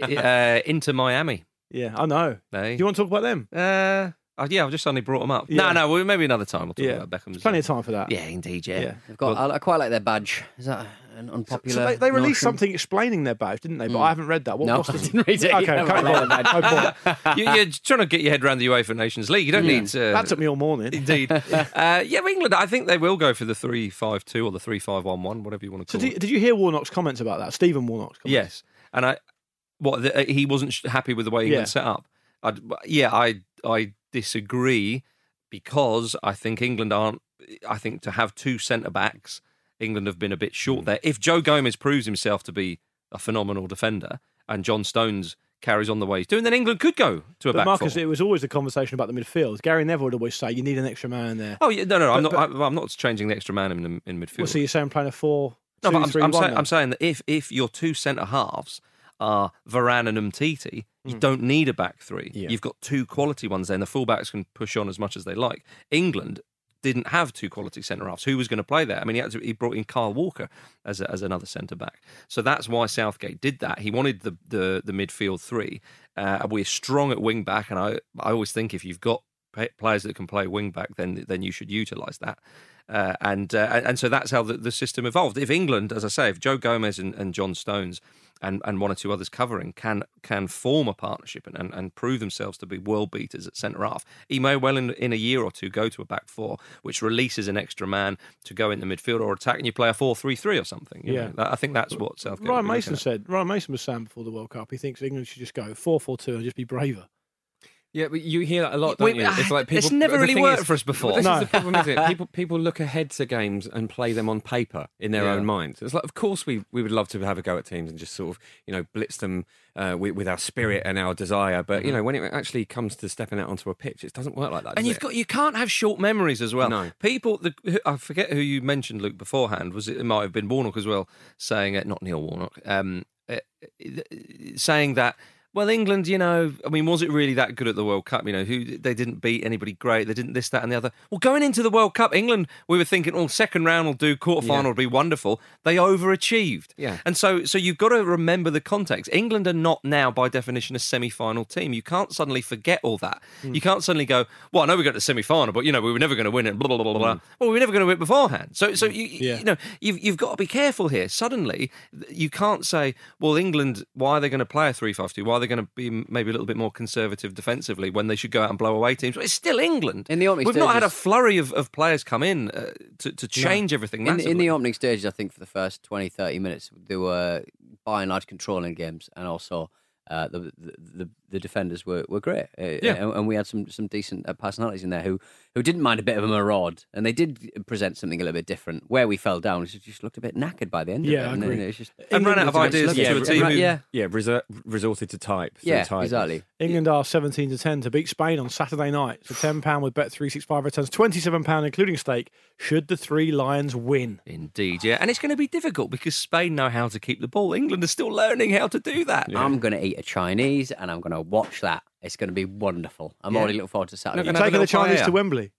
[SPEAKER 1] uh, into Miami.
[SPEAKER 3] Yeah, I know.
[SPEAKER 1] They.
[SPEAKER 3] Do you want to talk about them?
[SPEAKER 1] uh, oh, yeah, I've just suddenly brought them up.
[SPEAKER 3] Yeah.
[SPEAKER 1] No, no, well, maybe another time we'll talk about Beckham's. uh,
[SPEAKER 3] There's plenty of time for that.
[SPEAKER 1] Yeah, indeed, yeah.
[SPEAKER 3] Yeah.
[SPEAKER 6] They've got. I, I quite like their badge. Is that an unpopular?
[SPEAKER 3] So they, they released
[SPEAKER 6] notion?
[SPEAKER 3] something explaining their badge, didn't they?
[SPEAKER 1] Hmm.
[SPEAKER 3] But I haven't read that. What,
[SPEAKER 6] No,
[SPEAKER 3] what's the-
[SPEAKER 6] I didn't read it.
[SPEAKER 3] Okay,
[SPEAKER 6] Yeah,
[SPEAKER 3] can't
[SPEAKER 6] I like
[SPEAKER 3] bother. No point.
[SPEAKER 1] you, you're trying to get your head around the UEFA Nations League. You don't need to.
[SPEAKER 3] That took me all morning.
[SPEAKER 1] Indeed. uh, yeah, England. I think they will go for the three-five-two or the three-five-one-one, whatever you want to
[SPEAKER 3] So
[SPEAKER 1] call it.
[SPEAKER 3] did, did you hear Warnock's comments about that? Stephen Warnock's comments.
[SPEAKER 1] Yes, and I, what the, he wasn't sh- happy with the way England
[SPEAKER 3] Yeah.
[SPEAKER 1] set up. I'd, yeah, I I disagree because I think England aren't. I think to have two centre backs, England have been a bit
[SPEAKER 3] Hmm.
[SPEAKER 1] short there. If Joe Gomez proves himself to be a phenomenal defender and John Stones carries on the way he's doing, then England could go to a
[SPEAKER 3] But
[SPEAKER 1] back
[SPEAKER 3] Marcus,
[SPEAKER 1] four.
[SPEAKER 3] it was always the conversation about the midfield. Gary Neville would always say, "You need an extra man in there."
[SPEAKER 1] Oh yeah, no, no, I'm not. I, I'm not changing the extra man in the, in midfield.
[SPEAKER 3] Well, so you're saying playing a four,
[SPEAKER 1] No,
[SPEAKER 3] two,
[SPEAKER 1] but I'm,
[SPEAKER 3] three,
[SPEAKER 1] I'm,
[SPEAKER 3] one
[SPEAKER 1] saying,
[SPEAKER 3] then?
[SPEAKER 1] I'm saying that if if your two centre halves are Varane and Umtiti,
[SPEAKER 3] Hmm.
[SPEAKER 1] you don't need a back three. You've got two quality ones there, and the fullbacks can push on as much as they like. England didn't have two quality centre halves. Who was going to play there? I mean, he, had to, he brought in Kyle Walker as a, as another centre back. So that's why Southgate did that. He wanted the the, the midfield three. Uh, we're strong at wing back, and I I always think if you've got pa- players that can play wing back, then then you should utilise that. Uh, and uh, and so that's how the, the system evolved. If England, as I say, if Joe Gomez and, and John Stones and, and one or two others covering can can form a partnership and, and, and prove themselves to be world beaters at centre half, he may well in, in a year or two go to a back four, which releases an extra man to go in the midfield or attack, and you play a four-three-three or something. you
[SPEAKER 3] Yeah.
[SPEAKER 1] know. That- I think that's what Southgate.
[SPEAKER 3] Ryan
[SPEAKER 1] would be looking
[SPEAKER 3] Mason
[SPEAKER 1] at.
[SPEAKER 3] said. Ryan Mason was saying before the World Cup, he thinks England should just go four, four, two, and just be braver.
[SPEAKER 5] Yeah, but you hear that a lot,
[SPEAKER 1] Wait,
[SPEAKER 5] don't you?
[SPEAKER 1] I- it's never
[SPEAKER 5] the
[SPEAKER 1] really
[SPEAKER 5] thing
[SPEAKER 1] worked for us before.
[SPEAKER 5] But This
[SPEAKER 3] No.
[SPEAKER 5] is the problem, is it? People, people look ahead to games and play them on paper in their
[SPEAKER 1] Yeah.
[SPEAKER 5] own minds. It's like, of course, we, we would love to have a go at teams and just sort of, you know, blitz them uh, with, with our spirit and our desire. But,
[SPEAKER 3] Mm-hmm.
[SPEAKER 5] you know, when it actually comes to stepping out onto a pitch, it doesn't work like that.
[SPEAKER 1] And
[SPEAKER 5] does
[SPEAKER 1] you've
[SPEAKER 5] it?
[SPEAKER 1] got you can't have short memories as well.
[SPEAKER 5] No.
[SPEAKER 1] People, the, who- I forget who you mentioned, Luke beforehand. Was it, it might have been Warnock as well, saying uh, not Neil Warnock, um, uh, uh, saying that Well, England, you know, I mean, was it really that good at the World Cup? You know, who they didn't beat anybody great. They didn't this, that, and the other. Well, going into the World Cup, England, we were thinking, oh, second round will do, quarter final will be wonderful. They overachieved.
[SPEAKER 5] Yeah.
[SPEAKER 1] And so, so you've got to remember the context. England are not now, by definition, a semi-final team. You can't suddenly forget all that.
[SPEAKER 6] Hmm.
[SPEAKER 1] You can't suddenly go, well, I know we got to the semi-final, but you know, we were never going to win it. Blah blah blah blah.
[SPEAKER 6] Hmm.
[SPEAKER 1] blah. Well, we were never going to win it beforehand. So, so you, you know, you've you've got to be careful here. Suddenly, th- you can't say, well, England, why are they going to play a three-five-two? Why are they going to be m- maybe a little bit more conservative defensively when they should go out and blow away teams? But it's still England.
[SPEAKER 6] In the opening
[SPEAKER 1] we've not had a
[SPEAKER 6] stages-
[SPEAKER 1] flurry of, of players come in uh, to to change everything.
[SPEAKER 6] In, the- in
[SPEAKER 1] massively.
[SPEAKER 6] the opening stages, I think for the first 20, 30 minutes, they were by and large controlling games, and also uh, the, the the the defenders were, were great. Uh, and, and we had some some decent uh, personalities in there who who didn't mind a bit of a maraud, and they did present something a little bit different. Where we fell down, is it just looked a bit knackered by the end.
[SPEAKER 3] Yeah,
[SPEAKER 6] of it,
[SPEAKER 3] I
[SPEAKER 6] and,
[SPEAKER 3] agree.
[SPEAKER 6] and it was just
[SPEAKER 1] and ran out of
[SPEAKER 6] England was
[SPEAKER 1] ideas
[SPEAKER 6] absolutely-
[SPEAKER 1] to a team. who-
[SPEAKER 6] yeah,
[SPEAKER 5] Yeah, reser- resorted to type. through
[SPEAKER 6] yeah,
[SPEAKER 5] type.
[SPEAKER 6] exactly.
[SPEAKER 3] England are 17 to 10 to beat Spain on Saturday night. So £10 with Bet365 returns £27, including stake, should the three Lions win.
[SPEAKER 1] Indeed, yeah. And it's going to be difficult because Spain know how to keep the ball. England are still learning how to do that.
[SPEAKER 6] I'm going to eat a Chinese, and I'm going to watch that. It's going to be wonderful. I'm already looking forward to Saturday.
[SPEAKER 1] Not gonna-
[SPEAKER 3] Taking
[SPEAKER 1] little
[SPEAKER 3] the Chinese
[SPEAKER 1] player.
[SPEAKER 3] to Wembley.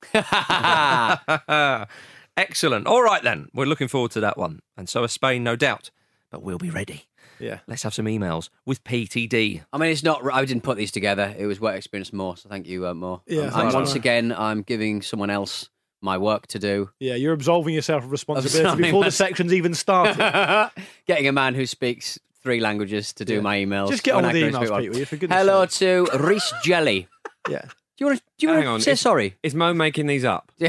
[SPEAKER 1] Excellent. All right, then. We're looking forward to that one. And so is Spain, no doubt. But we'll be ready.
[SPEAKER 3] Yeah.
[SPEAKER 1] Let's have some emails with PTD.
[SPEAKER 6] I mean, it's not. I didn't put these together. It was work experience more. So thank you, uh, more.
[SPEAKER 3] Yeah,
[SPEAKER 6] and
[SPEAKER 3] thanks,
[SPEAKER 6] once
[SPEAKER 3] Mo.
[SPEAKER 6] again, I'm giving someone else my work to do.
[SPEAKER 3] Yeah, you're absolving yourself of responsibility
[SPEAKER 6] something
[SPEAKER 3] before the
[SPEAKER 6] that's-
[SPEAKER 3] section's even started.
[SPEAKER 6] Getting a man who speaks three languages to do
[SPEAKER 3] Yeah.
[SPEAKER 6] my emails.
[SPEAKER 3] Just get
[SPEAKER 6] when
[SPEAKER 3] on
[SPEAKER 6] I
[SPEAKER 3] with the
[SPEAKER 6] can only speak
[SPEAKER 3] emails,
[SPEAKER 6] one.
[SPEAKER 3] Pete, will you? For goodness
[SPEAKER 6] Hello to Reese Jelly.
[SPEAKER 3] yeah.
[SPEAKER 6] Do you want to? Do you
[SPEAKER 5] Hang
[SPEAKER 6] want
[SPEAKER 5] on,
[SPEAKER 6] to say
[SPEAKER 5] it's-
[SPEAKER 6] sorry?
[SPEAKER 5] Is Mo making these up?
[SPEAKER 3] Reese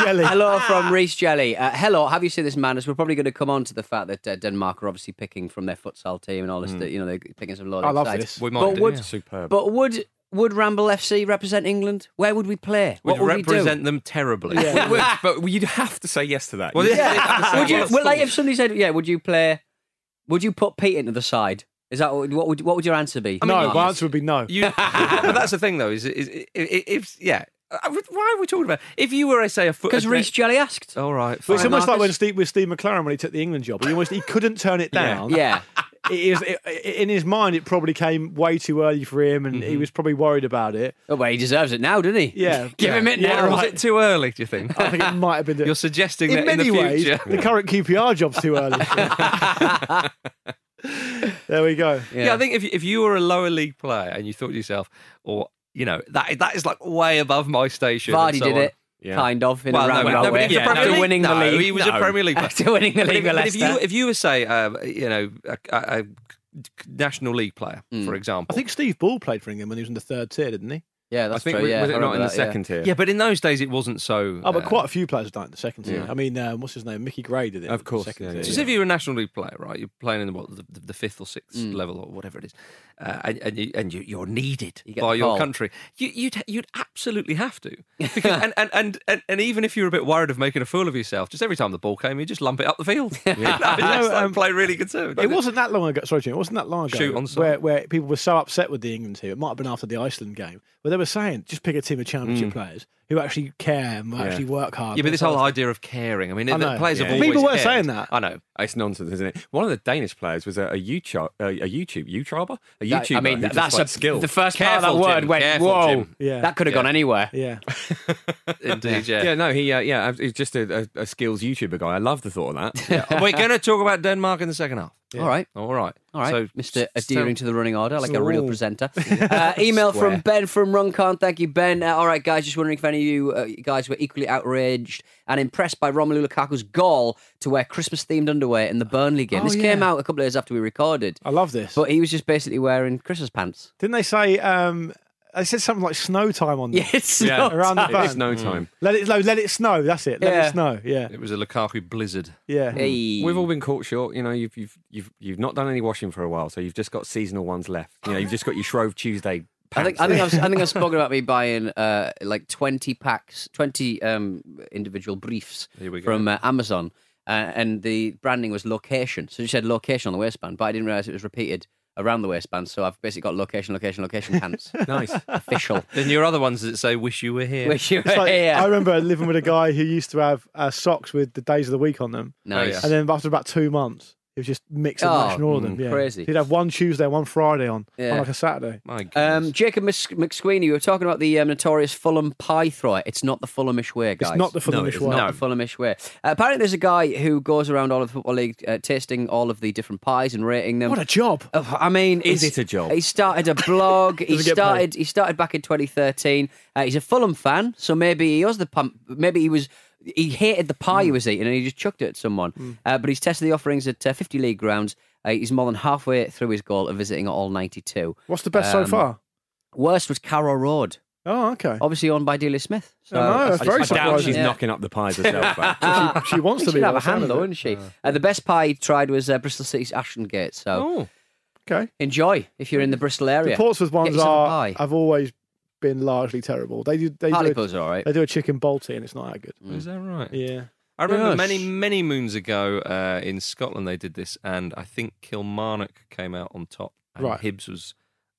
[SPEAKER 3] Jelly.
[SPEAKER 5] Ah.
[SPEAKER 6] Hello from Reese Jelly. Uh, hello, have you seen this madness? We're probably going to come on to the fact that uh, Denmark are obviously picking from their futsal team and all
[SPEAKER 5] Hmm.
[SPEAKER 6] this. That, you know, they're picking some loaded
[SPEAKER 3] I love
[SPEAKER 6] sides.
[SPEAKER 3] this.
[SPEAKER 1] We might
[SPEAKER 6] But
[SPEAKER 1] do,
[SPEAKER 6] would-
[SPEAKER 1] yeah.
[SPEAKER 5] Superb.
[SPEAKER 6] But would would Ramble FC represent England? Where would we play?
[SPEAKER 1] Would
[SPEAKER 6] What would
[SPEAKER 1] represent
[SPEAKER 6] we do?
[SPEAKER 1] them terribly.
[SPEAKER 5] It would, but you'd have to say yes to that.
[SPEAKER 1] Well,
[SPEAKER 5] You-
[SPEAKER 1] yeah. Yeah.
[SPEAKER 6] Would you?
[SPEAKER 1] Yes,
[SPEAKER 6] well, like
[SPEAKER 1] cool.
[SPEAKER 6] if somebody said, "Yeah, would you play? Would you put Pete into the side?" Is that what what would what would your answer be?
[SPEAKER 3] no, my answer would be no.
[SPEAKER 1] You, but that's the thing, though, is, is, is if, yeah. I would- Why are we talking about If you were, say, a foot.
[SPEAKER 6] because Reese Jelly asked.
[SPEAKER 1] All right.
[SPEAKER 3] But it's
[SPEAKER 1] fine.
[SPEAKER 3] almost like when
[SPEAKER 6] Marcus.
[SPEAKER 3] Steve with Steve McLaren when he took the England job. He almost he couldn't turn it down.
[SPEAKER 6] Yeah,
[SPEAKER 3] It is it, it- in his mind. It probably came way too early for him, and
[SPEAKER 6] Mm-hmm.
[SPEAKER 3] he was probably worried about it.
[SPEAKER 6] oh, well, he deserves it now, doesn't he?
[SPEAKER 3] Yeah,
[SPEAKER 6] give him it
[SPEAKER 3] Yeah,
[SPEAKER 6] now.
[SPEAKER 1] Was
[SPEAKER 3] right.
[SPEAKER 1] it too early, do you think?
[SPEAKER 3] I think it might have been.
[SPEAKER 1] You're suggesting
[SPEAKER 3] in
[SPEAKER 1] that
[SPEAKER 3] many
[SPEAKER 1] in the
[SPEAKER 3] ways,
[SPEAKER 1] future.
[SPEAKER 3] the current QPR job's too early. there we go.
[SPEAKER 1] Yeah. I think if if you were a lower league player and you thought to yourself, or you know that that is like way above my station. and
[SPEAKER 6] Vardy
[SPEAKER 1] so
[SPEAKER 6] did
[SPEAKER 1] on.
[SPEAKER 6] it, kind of in
[SPEAKER 1] Well,
[SPEAKER 6] a
[SPEAKER 1] no,
[SPEAKER 6] roundabout
[SPEAKER 1] no, but
[SPEAKER 6] way.
[SPEAKER 1] if you're Premier
[SPEAKER 6] after
[SPEAKER 1] League-
[SPEAKER 6] winning the
[SPEAKER 1] no,
[SPEAKER 6] league,
[SPEAKER 1] he was a Premier League player.
[SPEAKER 6] after winning the
[SPEAKER 1] But if,
[SPEAKER 6] league with
[SPEAKER 1] but if you
[SPEAKER 6] Leicester.
[SPEAKER 1] if you were say um, you know a, a, a national league player, for example,
[SPEAKER 3] I think Steve Ball played for England when he was in the third tier, didn't he?
[SPEAKER 6] Yeah,
[SPEAKER 5] I
[SPEAKER 6] that's
[SPEAKER 5] think
[SPEAKER 6] true.
[SPEAKER 5] was-
[SPEAKER 6] yeah,
[SPEAKER 5] was it
[SPEAKER 6] I
[SPEAKER 5] not in the
[SPEAKER 6] remember that, yeah.
[SPEAKER 5] second tier?
[SPEAKER 1] yeah, but in those days it wasn't so.
[SPEAKER 3] Oh, but
[SPEAKER 1] uh,
[SPEAKER 3] quite a few players died in the second tier. I mean, um, what's his name? Mickey Gray did it.
[SPEAKER 5] Of course,
[SPEAKER 3] Second
[SPEAKER 5] yeah,
[SPEAKER 3] tier.
[SPEAKER 5] yeah.
[SPEAKER 1] Just if you're a national league player, right? You're playing in the what, the, the fifth or sixth
[SPEAKER 6] Mm.
[SPEAKER 1] level or whatever it is, uh, and and, you, and you, you're needed
[SPEAKER 6] You get
[SPEAKER 1] by
[SPEAKER 6] the
[SPEAKER 1] your
[SPEAKER 6] call.
[SPEAKER 1] country. You, you'd you'd absolutely have to, because, and, and, and and and even if you're a bit worried of making a fool of yourself, just every time the ball came, you just lump it up the field. Yeah. play really conservative.
[SPEAKER 3] um, It wasn't that long ago. Sorry, Jim. It wasn't that long ago
[SPEAKER 1] Shoot on sight.
[SPEAKER 3] where, where people were so upset with the England team. It might have been after the Iceland game, where they were saying just pick a team of championship players who actually care and will actually work hard.
[SPEAKER 1] Mm. Yeah, but this
[SPEAKER 3] and
[SPEAKER 1] whole idea of caring. I mean,
[SPEAKER 3] I
[SPEAKER 1] the
[SPEAKER 3] know.
[SPEAKER 1] players
[SPEAKER 3] Yeah.
[SPEAKER 1] have always
[SPEAKER 3] People weren't saying
[SPEAKER 1] cared.
[SPEAKER 3] that.
[SPEAKER 1] I know.
[SPEAKER 5] It's nonsense, isn't it? One of the Danish players was a, a YouTube, a, a YouTube, YouTuber, a
[SPEAKER 6] That-
[SPEAKER 5] YouTuber.
[SPEAKER 6] I mean,
[SPEAKER 5] who just
[SPEAKER 6] that's
[SPEAKER 5] played
[SPEAKER 6] a
[SPEAKER 5] skill.
[SPEAKER 6] The first part of
[SPEAKER 1] Careful,
[SPEAKER 6] that word
[SPEAKER 1] Jim.
[SPEAKER 6] went,
[SPEAKER 1] Careful,
[SPEAKER 6] whoa,
[SPEAKER 1] Jim.
[SPEAKER 3] Yeah.
[SPEAKER 6] that could have gone anywhere.
[SPEAKER 3] yeah.
[SPEAKER 1] Indeed, yeah.
[SPEAKER 5] yeah, no, he, uh, yeah, he's just a, a, a skills YouTuber guy. I love the thought of that.
[SPEAKER 1] We're going to talk about Denmark in the second half.
[SPEAKER 6] All right.
[SPEAKER 1] All right.
[SPEAKER 6] All right,
[SPEAKER 1] So,
[SPEAKER 6] Mr.
[SPEAKER 1] s- s-
[SPEAKER 6] Adhering to the running order, like a real presenter. Uh, email from Ben from Runcorn. Thank you, Ben. Uh, all right, guys, just wondering if any of you uh, guys were equally outraged and impressed by Romelu Lukaku's goal to wear Christmas-themed underwear in the Burnley game.
[SPEAKER 3] Oh,
[SPEAKER 6] this came
[SPEAKER 3] yeah.
[SPEAKER 6] out a couple of days after we recorded,
[SPEAKER 3] I love this.
[SPEAKER 6] but he was just basically wearing Christmas pants.
[SPEAKER 3] Didn't they say? Um, they said something like snow time on.
[SPEAKER 6] Yeah, it's
[SPEAKER 5] Yeah.
[SPEAKER 6] not
[SPEAKER 3] around the
[SPEAKER 6] tight.
[SPEAKER 3] van.
[SPEAKER 5] it's
[SPEAKER 1] Mm.
[SPEAKER 5] no time.
[SPEAKER 3] Let it no, let it snow. That's it. Let
[SPEAKER 6] Yeah.
[SPEAKER 3] it snow. Yeah,
[SPEAKER 1] It was a Lukaku blizzard.
[SPEAKER 3] yeah.
[SPEAKER 6] Hey.
[SPEAKER 5] We've all been caught short. You know, you've, you've you've you've not done any washing for a while, so you've just got seasonal ones left. You know, you've just got your Shrove Tuesday.
[SPEAKER 6] I
[SPEAKER 5] Pants.
[SPEAKER 6] think I think I've, I think I've spoken about me buying uh, like twenty packs, twenty um, individual briefs
[SPEAKER 1] we go.
[SPEAKER 6] from uh, Amazon, uh, and the branding was location. So it said location on the waistband, but I didn't realize it was repeated around the waistband. So I've basically got location, location, location pants.
[SPEAKER 5] nice.
[SPEAKER 6] Official.
[SPEAKER 1] Then your other ones that say, wish you were here.
[SPEAKER 6] Wish you
[SPEAKER 3] It's
[SPEAKER 6] were
[SPEAKER 3] like-
[SPEAKER 6] here.
[SPEAKER 3] I remember living with a guy who used to have uh, socks with the days of the week on them,
[SPEAKER 6] nice.
[SPEAKER 3] and then after about two months, It was just mix and
[SPEAKER 6] Oh,
[SPEAKER 3] match and all of them.
[SPEAKER 6] mm,
[SPEAKER 3] Yeah.
[SPEAKER 6] crazy.
[SPEAKER 3] He'd have one Tuesday, one Friday on,
[SPEAKER 6] Yeah.
[SPEAKER 3] on like a Saturday.
[SPEAKER 5] My goodness.
[SPEAKER 6] Um, Jacob Mc- McSweeney, you were talking about the um, notorious Fulham pie thrower. It's not the Fulhamish way, guys.
[SPEAKER 3] It's not the Fulhamish
[SPEAKER 6] It's
[SPEAKER 3] way.
[SPEAKER 6] not the Fulhamish way. Uh, apparently, there's a guy who goes around all of the football league uh, tasting all of the different pies and rating them.
[SPEAKER 3] What a job!
[SPEAKER 6] Uh, I mean,
[SPEAKER 5] Is
[SPEAKER 6] he's-
[SPEAKER 5] it a job?
[SPEAKER 6] He started a blog. he
[SPEAKER 3] Does it get
[SPEAKER 6] started. He started back in 2013. Uh, he's a Fulham fan, so maybe he was the pump. Maybe he was. He hated the pie he
[SPEAKER 3] Hmm.
[SPEAKER 6] was eating, and he just chucked it at someone. Uh, but he's tested the offerings at uh, 50 league grounds. Uh, he's more than halfway through his goal of visiting all 92.
[SPEAKER 3] What's the best
[SPEAKER 6] Um,
[SPEAKER 3] so far?
[SPEAKER 6] Worst was Carroll Road,
[SPEAKER 3] Oh, okay.
[SPEAKER 6] obviously owned by Dealey Smith. So
[SPEAKER 3] I know,
[SPEAKER 6] I-
[SPEAKER 3] that's
[SPEAKER 6] I-
[SPEAKER 3] very
[SPEAKER 6] I
[SPEAKER 5] I doubt
[SPEAKER 3] surprising.
[SPEAKER 5] she's
[SPEAKER 6] Yeah.
[SPEAKER 5] knocking up the pies herself. though.
[SPEAKER 3] Oh, she, she wants
[SPEAKER 6] think
[SPEAKER 3] to
[SPEAKER 6] she'd
[SPEAKER 3] be.
[SPEAKER 6] Ah. have
[SPEAKER 3] by the
[SPEAKER 6] a
[SPEAKER 3] sound
[SPEAKER 6] hand though,
[SPEAKER 3] of it.
[SPEAKER 6] wouldn't she? Uh, the best pie he tried was uh, Bristol City's Ashton Gate. So
[SPEAKER 5] oh,
[SPEAKER 3] Okay.
[SPEAKER 6] enjoy if you're in the Bristol
[SPEAKER 3] The
[SPEAKER 6] area.
[SPEAKER 3] Portsmouth ones
[SPEAKER 6] yourself a
[SPEAKER 3] are.
[SPEAKER 6] pie.
[SPEAKER 3] I've always been largely terrible. They do. They
[SPEAKER 6] Hartlepool
[SPEAKER 3] do.
[SPEAKER 6] was all
[SPEAKER 3] A,
[SPEAKER 6] right.
[SPEAKER 3] they do a chicken bolty, and it's not that good.
[SPEAKER 6] Mm.
[SPEAKER 7] Is that right?
[SPEAKER 3] Hmm. Yeah.
[SPEAKER 7] I remember
[SPEAKER 3] Yes.
[SPEAKER 7] many, many moons ago uh, in Scotland they did this, and I think Kilmarnock came out on top, and
[SPEAKER 3] Right.
[SPEAKER 7] Hibs was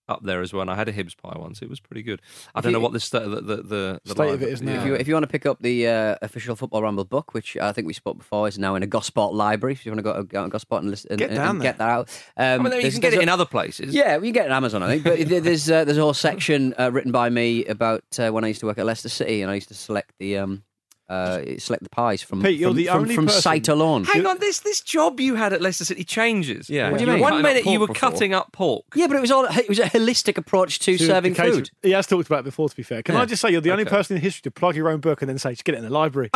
[SPEAKER 7] up there as well. And I had a Hibs pie once; it was pretty good. I don't know what the sta- the the, the, the
[SPEAKER 3] State of
[SPEAKER 7] line-
[SPEAKER 3] it is
[SPEAKER 7] the-
[SPEAKER 3] now.
[SPEAKER 6] If you, if you want to pick up the uh, official Football Ramble book, which I think we spoke before, is now in a Gosport library. If you want to go to go to Gosport and, listen, and,
[SPEAKER 3] Get
[SPEAKER 6] and-
[SPEAKER 3] down
[SPEAKER 6] and
[SPEAKER 3] there.
[SPEAKER 6] get that out, um,
[SPEAKER 7] I mean, you
[SPEAKER 6] there's-
[SPEAKER 7] can get
[SPEAKER 6] there's
[SPEAKER 7] it
[SPEAKER 6] a-
[SPEAKER 7] in other places.
[SPEAKER 6] Yeah, we can get it on Amazon, I think. But there- there's uh, there's a whole section uh, written by me about uh, when I used to work at Leicester City, and I used to select the um, uh, select the pies from
[SPEAKER 3] Pete, you're
[SPEAKER 6] from,
[SPEAKER 3] the
[SPEAKER 6] from,
[SPEAKER 3] only
[SPEAKER 6] from
[SPEAKER 3] person-
[SPEAKER 6] sight alone.
[SPEAKER 7] Hang on, this this job you had at Leicester City changes.
[SPEAKER 5] Yeah.
[SPEAKER 3] What do you
[SPEAKER 5] were
[SPEAKER 3] mean?
[SPEAKER 7] One
[SPEAKER 5] cutting up
[SPEAKER 7] minute you
[SPEAKER 5] pork
[SPEAKER 7] were
[SPEAKER 5] before.
[SPEAKER 7] cutting up pork.
[SPEAKER 6] Yeah, but it was all it was a holistic approach to
[SPEAKER 3] To
[SPEAKER 6] serving
[SPEAKER 3] the case-
[SPEAKER 6] food.
[SPEAKER 3] He has talked about it before, to be fair. Can I just say, you're the only person in history to plug your own book and then say, just get it in the library.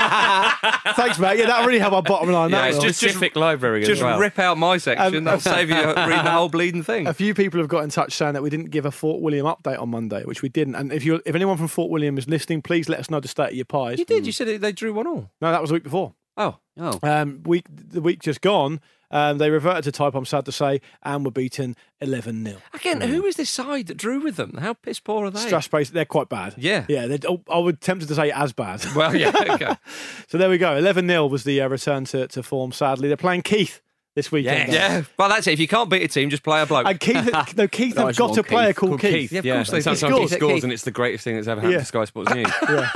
[SPEAKER 3] Thanks, mate. Yeah, that'll really help our bottom line.
[SPEAKER 7] Yeah,
[SPEAKER 3] that
[SPEAKER 7] it's
[SPEAKER 3] will.
[SPEAKER 7] just-
[SPEAKER 5] Specific library
[SPEAKER 7] Just
[SPEAKER 5] as well.
[SPEAKER 7] rip out my section.
[SPEAKER 3] Um,
[SPEAKER 7] That'll save you reading the whole bleeding thing.
[SPEAKER 3] A few people have got in touch saying that we didn't give a Fort William update on Monday, which we didn't. And if you, if anyone from Fort William is listening, please let us know the state of your pies.
[SPEAKER 7] You
[SPEAKER 1] Mm.
[SPEAKER 7] did. You said it, they drew one all.
[SPEAKER 3] No, that was the week before.
[SPEAKER 7] Oh,
[SPEAKER 6] Oh,
[SPEAKER 3] Um, week the week just gone, um, they reverted to type. I'm sad to say, and were beaten 11 0
[SPEAKER 7] again, who is this side that drew with them? How piss poor are they?
[SPEAKER 3] Strash base, they're quite bad.
[SPEAKER 7] Yeah.
[SPEAKER 3] yeah. they're- oh, I would tempted to say as bad.
[SPEAKER 7] Well, yeah. Okay.
[SPEAKER 3] so there we go. 11 0 was the uh, return to, to form. Sadly, they're playing Keith this weekend. guys.
[SPEAKER 7] Yeah. Well, that's it. If you can't beat a team, just play a bloke.
[SPEAKER 3] And Keith, no, Keith have
[SPEAKER 6] Nice
[SPEAKER 3] got
[SPEAKER 6] one,
[SPEAKER 3] a player
[SPEAKER 6] Keith.
[SPEAKER 3] called Keith.
[SPEAKER 5] Yeah,
[SPEAKER 7] of course they do.
[SPEAKER 5] Sometimes
[SPEAKER 6] Scores.
[SPEAKER 5] he scores,
[SPEAKER 6] Keith.
[SPEAKER 5] and it's the greatest thing that's ever happened
[SPEAKER 3] Yeah.
[SPEAKER 5] to Sky Sports News.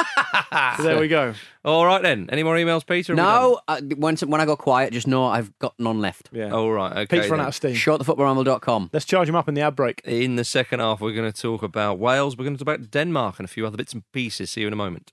[SPEAKER 3] So there we go.
[SPEAKER 7] All right then. Any more emails, Peter? Are we
[SPEAKER 6] no! Uh, when when I go quiet, just know I've got none left.
[SPEAKER 3] Yeah.
[SPEAKER 7] done? All right. Okay.
[SPEAKER 3] Oh, Pete's run
[SPEAKER 7] then.
[SPEAKER 3] out of steam.
[SPEAKER 6] Shortthefootballramble.com.
[SPEAKER 3] Let's charge him up in the ad break.
[SPEAKER 7] In the second half, we're going to talk about Wales. We're going to talk about Denmark and a few other bits and pieces. See you in a moment.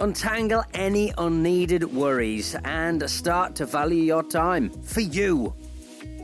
[SPEAKER 8] Untangle any unneeded worries and start to value your time for you.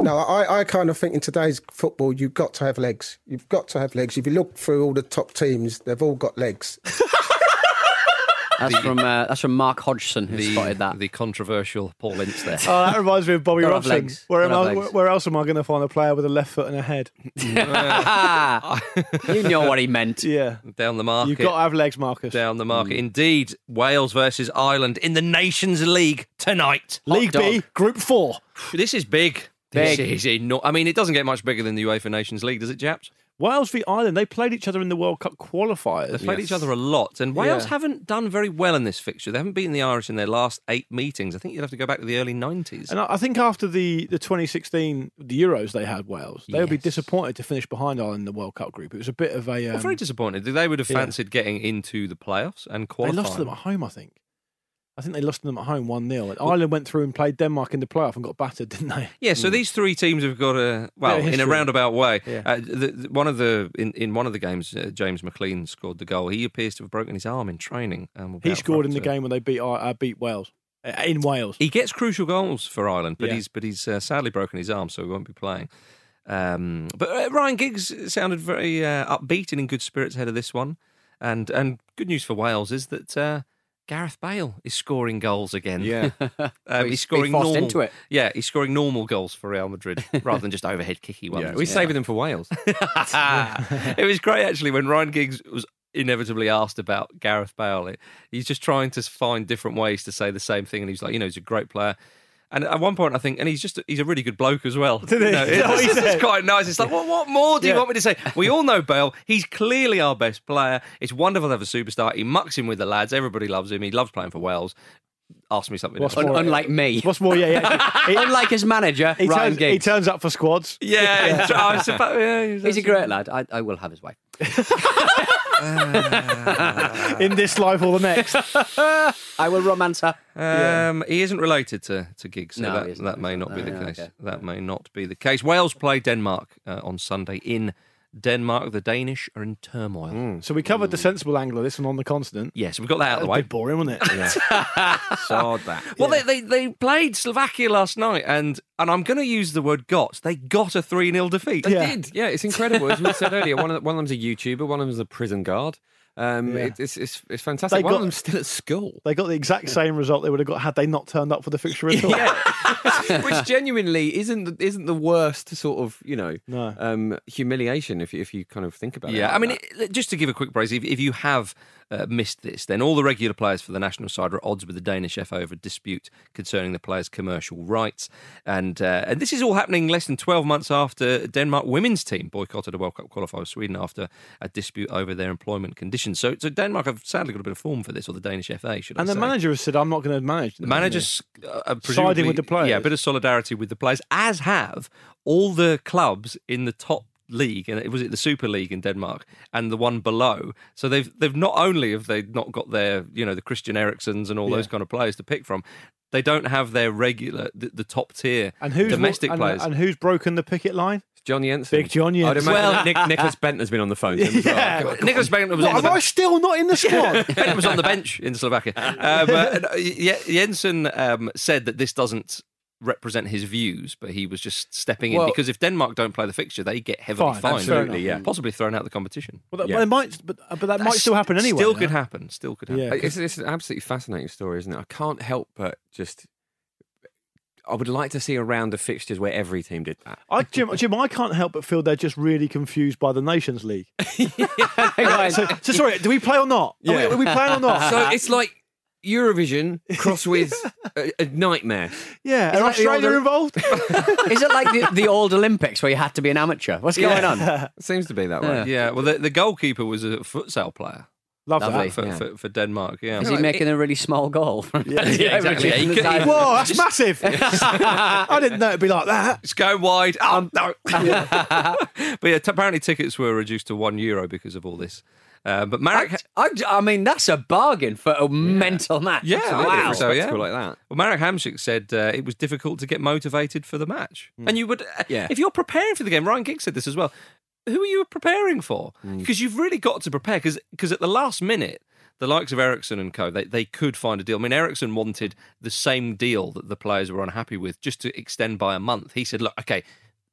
[SPEAKER 9] No, I, I kind of think in today's football, you've got to have legs. You've got to have legs. If you look through all the top teams, they've all got legs.
[SPEAKER 6] That's from uh, that's from Mark Hodgson who spotted
[SPEAKER 1] Ah.
[SPEAKER 6] that.
[SPEAKER 10] The controversial Paul Ince there.
[SPEAKER 3] Oh, that reminds me of Bobby
[SPEAKER 10] Don't have
[SPEAKER 3] Robson.
[SPEAKER 10] legs.
[SPEAKER 3] Where, am
[SPEAKER 10] Don't have
[SPEAKER 3] I,
[SPEAKER 10] legs.
[SPEAKER 3] where else am I going to find a player with a left foot and a head?
[SPEAKER 6] you know what he meant.
[SPEAKER 3] Yeah.
[SPEAKER 1] Down the market.
[SPEAKER 3] You've got to have legs, Marcus.
[SPEAKER 1] Down the market. Indeed, Wales versus Ireland in the Nations League tonight.
[SPEAKER 3] League B, Group 4.
[SPEAKER 1] This is big.
[SPEAKER 3] Big.
[SPEAKER 1] This is eno- I mean, it doesn't get much bigger than the UEFA Nations League, does it, Japs?
[SPEAKER 3] Wales v Ireland. They played each other in the World Cup qualifiers.
[SPEAKER 1] They've played each other a lot, and Wales
[SPEAKER 3] Yeah.
[SPEAKER 1] haven't done very well in this fixture. They haven't beaten the Irish in their last eight meetings. I think you'd have to go back to the early 90s.
[SPEAKER 3] And I I think after the, the 2016 the Euros they had Wales, they would be disappointed to finish behind Ireland in the World Cup group. It was a bit of a um,
[SPEAKER 1] Well, very disappointed. They would have
[SPEAKER 3] yeah.
[SPEAKER 1] fancied getting into the playoffs and
[SPEAKER 3] They
[SPEAKER 1] qualifying.
[SPEAKER 3] lost to them at home, I think. I think they lost to them at home one 0 Ireland went through and played Denmark in the playoff and got battered, didn't they?
[SPEAKER 1] Yeah, so these three teams have got a well
[SPEAKER 3] of
[SPEAKER 1] in a
[SPEAKER 3] Hmm. history.
[SPEAKER 1] roundabout way.
[SPEAKER 3] Yeah.
[SPEAKER 1] Uh, the, the- one of the in, in one of the games, uh, James McLean scored the goal. He appears to have broken his arm in training. And will be
[SPEAKER 3] He
[SPEAKER 1] out for
[SPEAKER 3] scored
[SPEAKER 1] up
[SPEAKER 3] in the
[SPEAKER 1] to-
[SPEAKER 3] game when they beat I uh, beat Wales Uh, in Wales.
[SPEAKER 1] He gets crucial goals for Ireland, but
[SPEAKER 3] Yeah.
[SPEAKER 1] he's but he's uh, sadly broken his arm, so he won't be playing. Um, but uh, Ryan Giggs sounded very uh, upbeat and in good spirits ahead of this one. And and good news for Wales is that uh, Gareth Bale is scoring goals again.
[SPEAKER 6] Yeah.
[SPEAKER 1] um, he's
[SPEAKER 6] He's
[SPEAKER 1] scoring
[SPEAKER 6] forced
[SPEAKER 1] normal.
[SPEAKER 6] into it.
[SPEAKER 1] Yeah, he's scoring normal goals for Real Madrid rather than just overhead kicky ones.
[SPEAKER 5] we're saving them for Wales.
[SPEAKER 1] it was great actually when Ryan Giggs was inevitably asked about Gareth Bale. It- He's just trying to find different ways to say the same thing, and he's like, you know, he's a great player. And at one point, I think, and he's just—he's a really good bloke as well.
[SPEAKER 3] Didn't he?
[SPEAKER 1] You know,
[SPEAKER 3] Is that what he
[SPEAKER 1] it's, it's
[SPEAKER 3] said?
[SPEAKER 1] quite nice. It's like, what, what more do you
[SPEAKER 3] Yeah.
[SPEAKER 1] want me to say? We all know Bale. He's clearly our best player. It's wonderful to have a superstar. He mucks in with the lads. Everybody loves him. He loves playing for Wales. Ask me something.
[SPEAKER 3] What's
[SPEAKER 1] else.
[SPEAKER 3] more-
[SPEAKER 6] Unlike me.
[SPEAKER 3] What's more, yeah, yeah. He-
[SPEAKER 6] Unlike his manager,
[SPEAKER 3] he,
[SPEAKER 6] Ryan
[SPEAKER 3] turns, he
[SPEAKER 6] Giggs.
[SPEAKER 3] turns up for squads.
[SPEAKER 1] Yeah, it's- I was about- yeah,
[SPEAKER 6] he's a great lad. I, I will have his wife.
[SPEAKER 3] in this life or the next.
[SPEAKER 6] I will romance her.
[SPEAKER 1] Um, He isn't related to, to Giggs, so
[SPEAKER 6] No, he
[SPEAKER 1] that,
[SPEAKER 6] isn't.
[SPEAKER 1] that may not be
[SPEAKER 6] No,
[SPEAKER 1] the
[SPEAKER 6] no,
[SPEAKER 1] case.
[SPEAKER 6] okay.
[SPEAKER 1] That may not be the case. Wales play Denmark uh, on Sunday in Denmark. The Danish are in turmoil.
[SPEAKER 6] Hmm.
[SPEAKER 3] So we covered the
[SPEAKER 6] Mm.
[SPEAKER 3] sensible angle of this one on the continent.
[SPEAKER 1] Yes, we got that out of the
[SPEAKER 3] That'd
[SPEAKER 1] way.
[SPEAKER 3] be boring, wasn't it?
[SPEAKER 1] Sod that. Well, they, they, they played Slovakia last night, and and I'm going to use the word got. They got a 3 0 defeat.
[SPEAKER 5] They did. Yeah, it's incredible. As we said earlier, one of, one of them's a YouTuber, one of them's a prison guard. Um,
[SPEAKER 3] Yeah.
[SPEAKER 5] it- it's, it's, it's fantastic.
[SPEAKER 3] They
[SPEAKER 5] one
[SPEAKER 3] got-
[SPEAKER 5] of them's still at school.
[SPEAKER 3] They got the exact same result they would have got had they not turned up for the fixture at all.
[SPEAKER 5] which genuinely isn't the- isn't the worst sort of you know
[SPEAKER 3] No.
[SPEAKER 5] um, humiliation if you- if you kind of think about it.
[SPEAKER 1] Yeah,
[SPEAKER 5] like
[SPEAKER 1] I mean,
[SPEAKER 5] that.
[SPEAKER 1] it, just to give a quick praise, if, if you have uh, missed this, then all the regular players for the national side are at odds with the Danish FA over a dispute concerning the players' commercial rights, and uh, and this is all happening less than twelve months after Denmark women's team boycotted a World Cup qualifier with Sweden after a dispute over their employment conditions. So, so Denmark have sadly got a bit of form for this, or the Danish FA should.
[SPEAKER 3] And
[SPEAKER 1] I
[SPEAKER 3] the
[SPEAKER 1] say.
[SPEAKER 3] manager has said, I'm not going to manage.
[SPEAKER 1] The managers uh, uh, presumably-
[SPEAKER 3] siding with the players.
[SPEAKER 1] Yeah, a bit of solidarity with the players, as have all the clubs in the top league, and it was it the Super League in Denmark and the one below. So they've they've not only have they not got their you know the Christian Eriksen's and all those
[SPEAKER 3] Yeah.
[SPEAKER 1] kind of players to pick from, they don't have their regular the, the top tier
[SPEAKER 3] and who's
[SPEAKER 1] domestic
[SPEAKER 3] and,
[SPEAKER 1] players.
[SPEAKER 3] And who's broken the picket line?
[SPEAKER 5] John Jensen,
[SPEAKER 3] Big John
[SPEAKER 5] I'd
[SPEAKER 3] Jensen.
[SPEAKER 5] imagine
[SPEAKER 3] Well-
[SPEAKER 5] that Nic- Nicholas Bentner's been on the phone. to him as well.
[SPEAKER 3] Yeah.
[SPEAKER 5] God,
[SPEAKER 1] Nicholas Bentner was
[SPEAKER 3] What,
[SPEAKER 1] on the
[SPEAKER 3] am I
[SPEAKER 1] bench.
[SPEAKER 3] still not in the squad?
[SPEAKER 1] Bentner was on the bench in Slovakia. Um, uh, no, Ye- Jensen um, said that this doesn't represent his views, but he was just stepping in
[SPEAKER 3] Well-
[SPEAKER 1] because if Denmark don't play the fixture, they get heavily
[SPEAKER 3] Fine,
[SPEAKER 1] fined,
[SPEAKER 3] absolutely,
[SPEAKER 1] and possibly thrown out of the competition.
[SPEAKER 3] well, that, well, it might, but, but that Mm. might still happen anyway.
[SPEAKER 1] Still
[SPEAKER 3] no?
[SPEAKER 1] could happen. Still could happen.
[SPEAKER 3] Yeah,
[SPEAKER 5] It's, it's an absolutely fascinating story, isn't it? I can't help but just. I would like to see a round of fixtures where every team did that.
[SPEAKER 3] I, Jim, Jim, I can't help but feel they're just really confused by the Nations League. so, so sorry, do we play or not? Are we- Are, we, playing or not?
[SPEAKER 5] So it's like Eurovision cross with a, a nightmare.
[SPEAKER 3] yeah, are
[SPEAKER 6] like the
[SPEAKER 3] Australia
[SPEAKER 6] older-
[SPEAKER 3] involved?
[SPEAKER 6] Is it like the, the old Olympics where you had to be an amateur? What's going on?
[SPEAKER 5] Seems to be that
[SPEAKER 1] Yeah.
[SPEAKER 5] way.
[SPEAKER 1] well, the, the goalkeeper was a futsal player uh,
[SPEAKER 3] Love
[SPEAKER 6] Lovely.
[SPEAKER 3] that.
[SPEAKER 1] for,
[SPEAKER 5] Yeah.
[SPEAKER 1] for, for Denmark. Yeah,
[SPEAKER 6] Is he making a really small goal?
[SPEAKER 3] Yeah,
[SPEAKER 1] exactly. Yeah, he
[SPEAKER 6] From the
[SPEAKER 1] could-
[SPEAKER 6] side.
[SPEAKER 3] Whoa, that's massive. I didn't know it'd be like that.
[SPEAKER 1] It's going wide. Oh,
[SPEAKER 3] Um,
[SPEAKER 1] no. but yeah, t- apparently tickets were reduced to one euro because of all this. Uh, but Marek,
[SPEAKER 6] I, I mean, that's a bargain for a mental match.
[SPEAKER 1] Yeah, I
[SPEAKER 6] wow.
[SPEAKER 1] think so, yeah.
[SPEAKER 5] Spectacle like that.
[SPEAKER 1] Well, Marek Hamsik said uh, it was difficult to get motivated for the match, and you would, uh,
[SPEAKER 5] Yeah.
[SPEAKER 1] if you're preparing for the game. Ryan Giggs said this as well. Who are you preparing for? Because you've really got to prepare, because at the last minute. the likes of Ericsson and co, they, they could find a deal. I mean, Ericsson wanted the same deal that the players were unhappy with, just to extend by a month. He said, "Look, okay."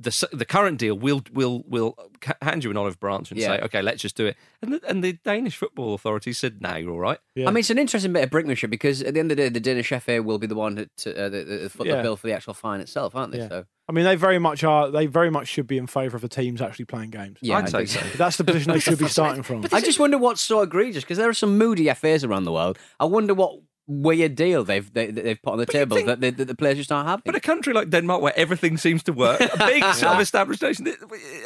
[SPEAKER 1] The, s- the current deal will will will hand you an olive branch and
[SPEAKER 6] Yeah.
[SPEAKER 1] say okay let's just do it and the, and the Danish football authorities said no you're all right
[SPEAKER 6] I mean, it's an interesting bit of brinkmanship because at the end of the day, the Danish FA will be the one to uh, the, the, foot
[SPEAKER 3] Yeah.
[SPEAKER 6] the bill for the actual fine itself, aren't they?
[SPEAKER 3] Yeah.
[SPEAKER 6] So
[SPEAKER 3] I mean, they very much are. They very much should be in favour of the teams actually playing games.
[SPEAKER 6] Yeah, I'd I say think so. so.
[SPEAKER 3] That's the position they should be starting from.
[SPEAKER 6] I just wonder what's so egregious because there are some moody FAs around the world. I wonder what weird deal they've they, they've put on the table that, the, that the players just aren't happy. But
[SPEAKER 1] a country like Denmark where everything seems to work, a big sort of established nation.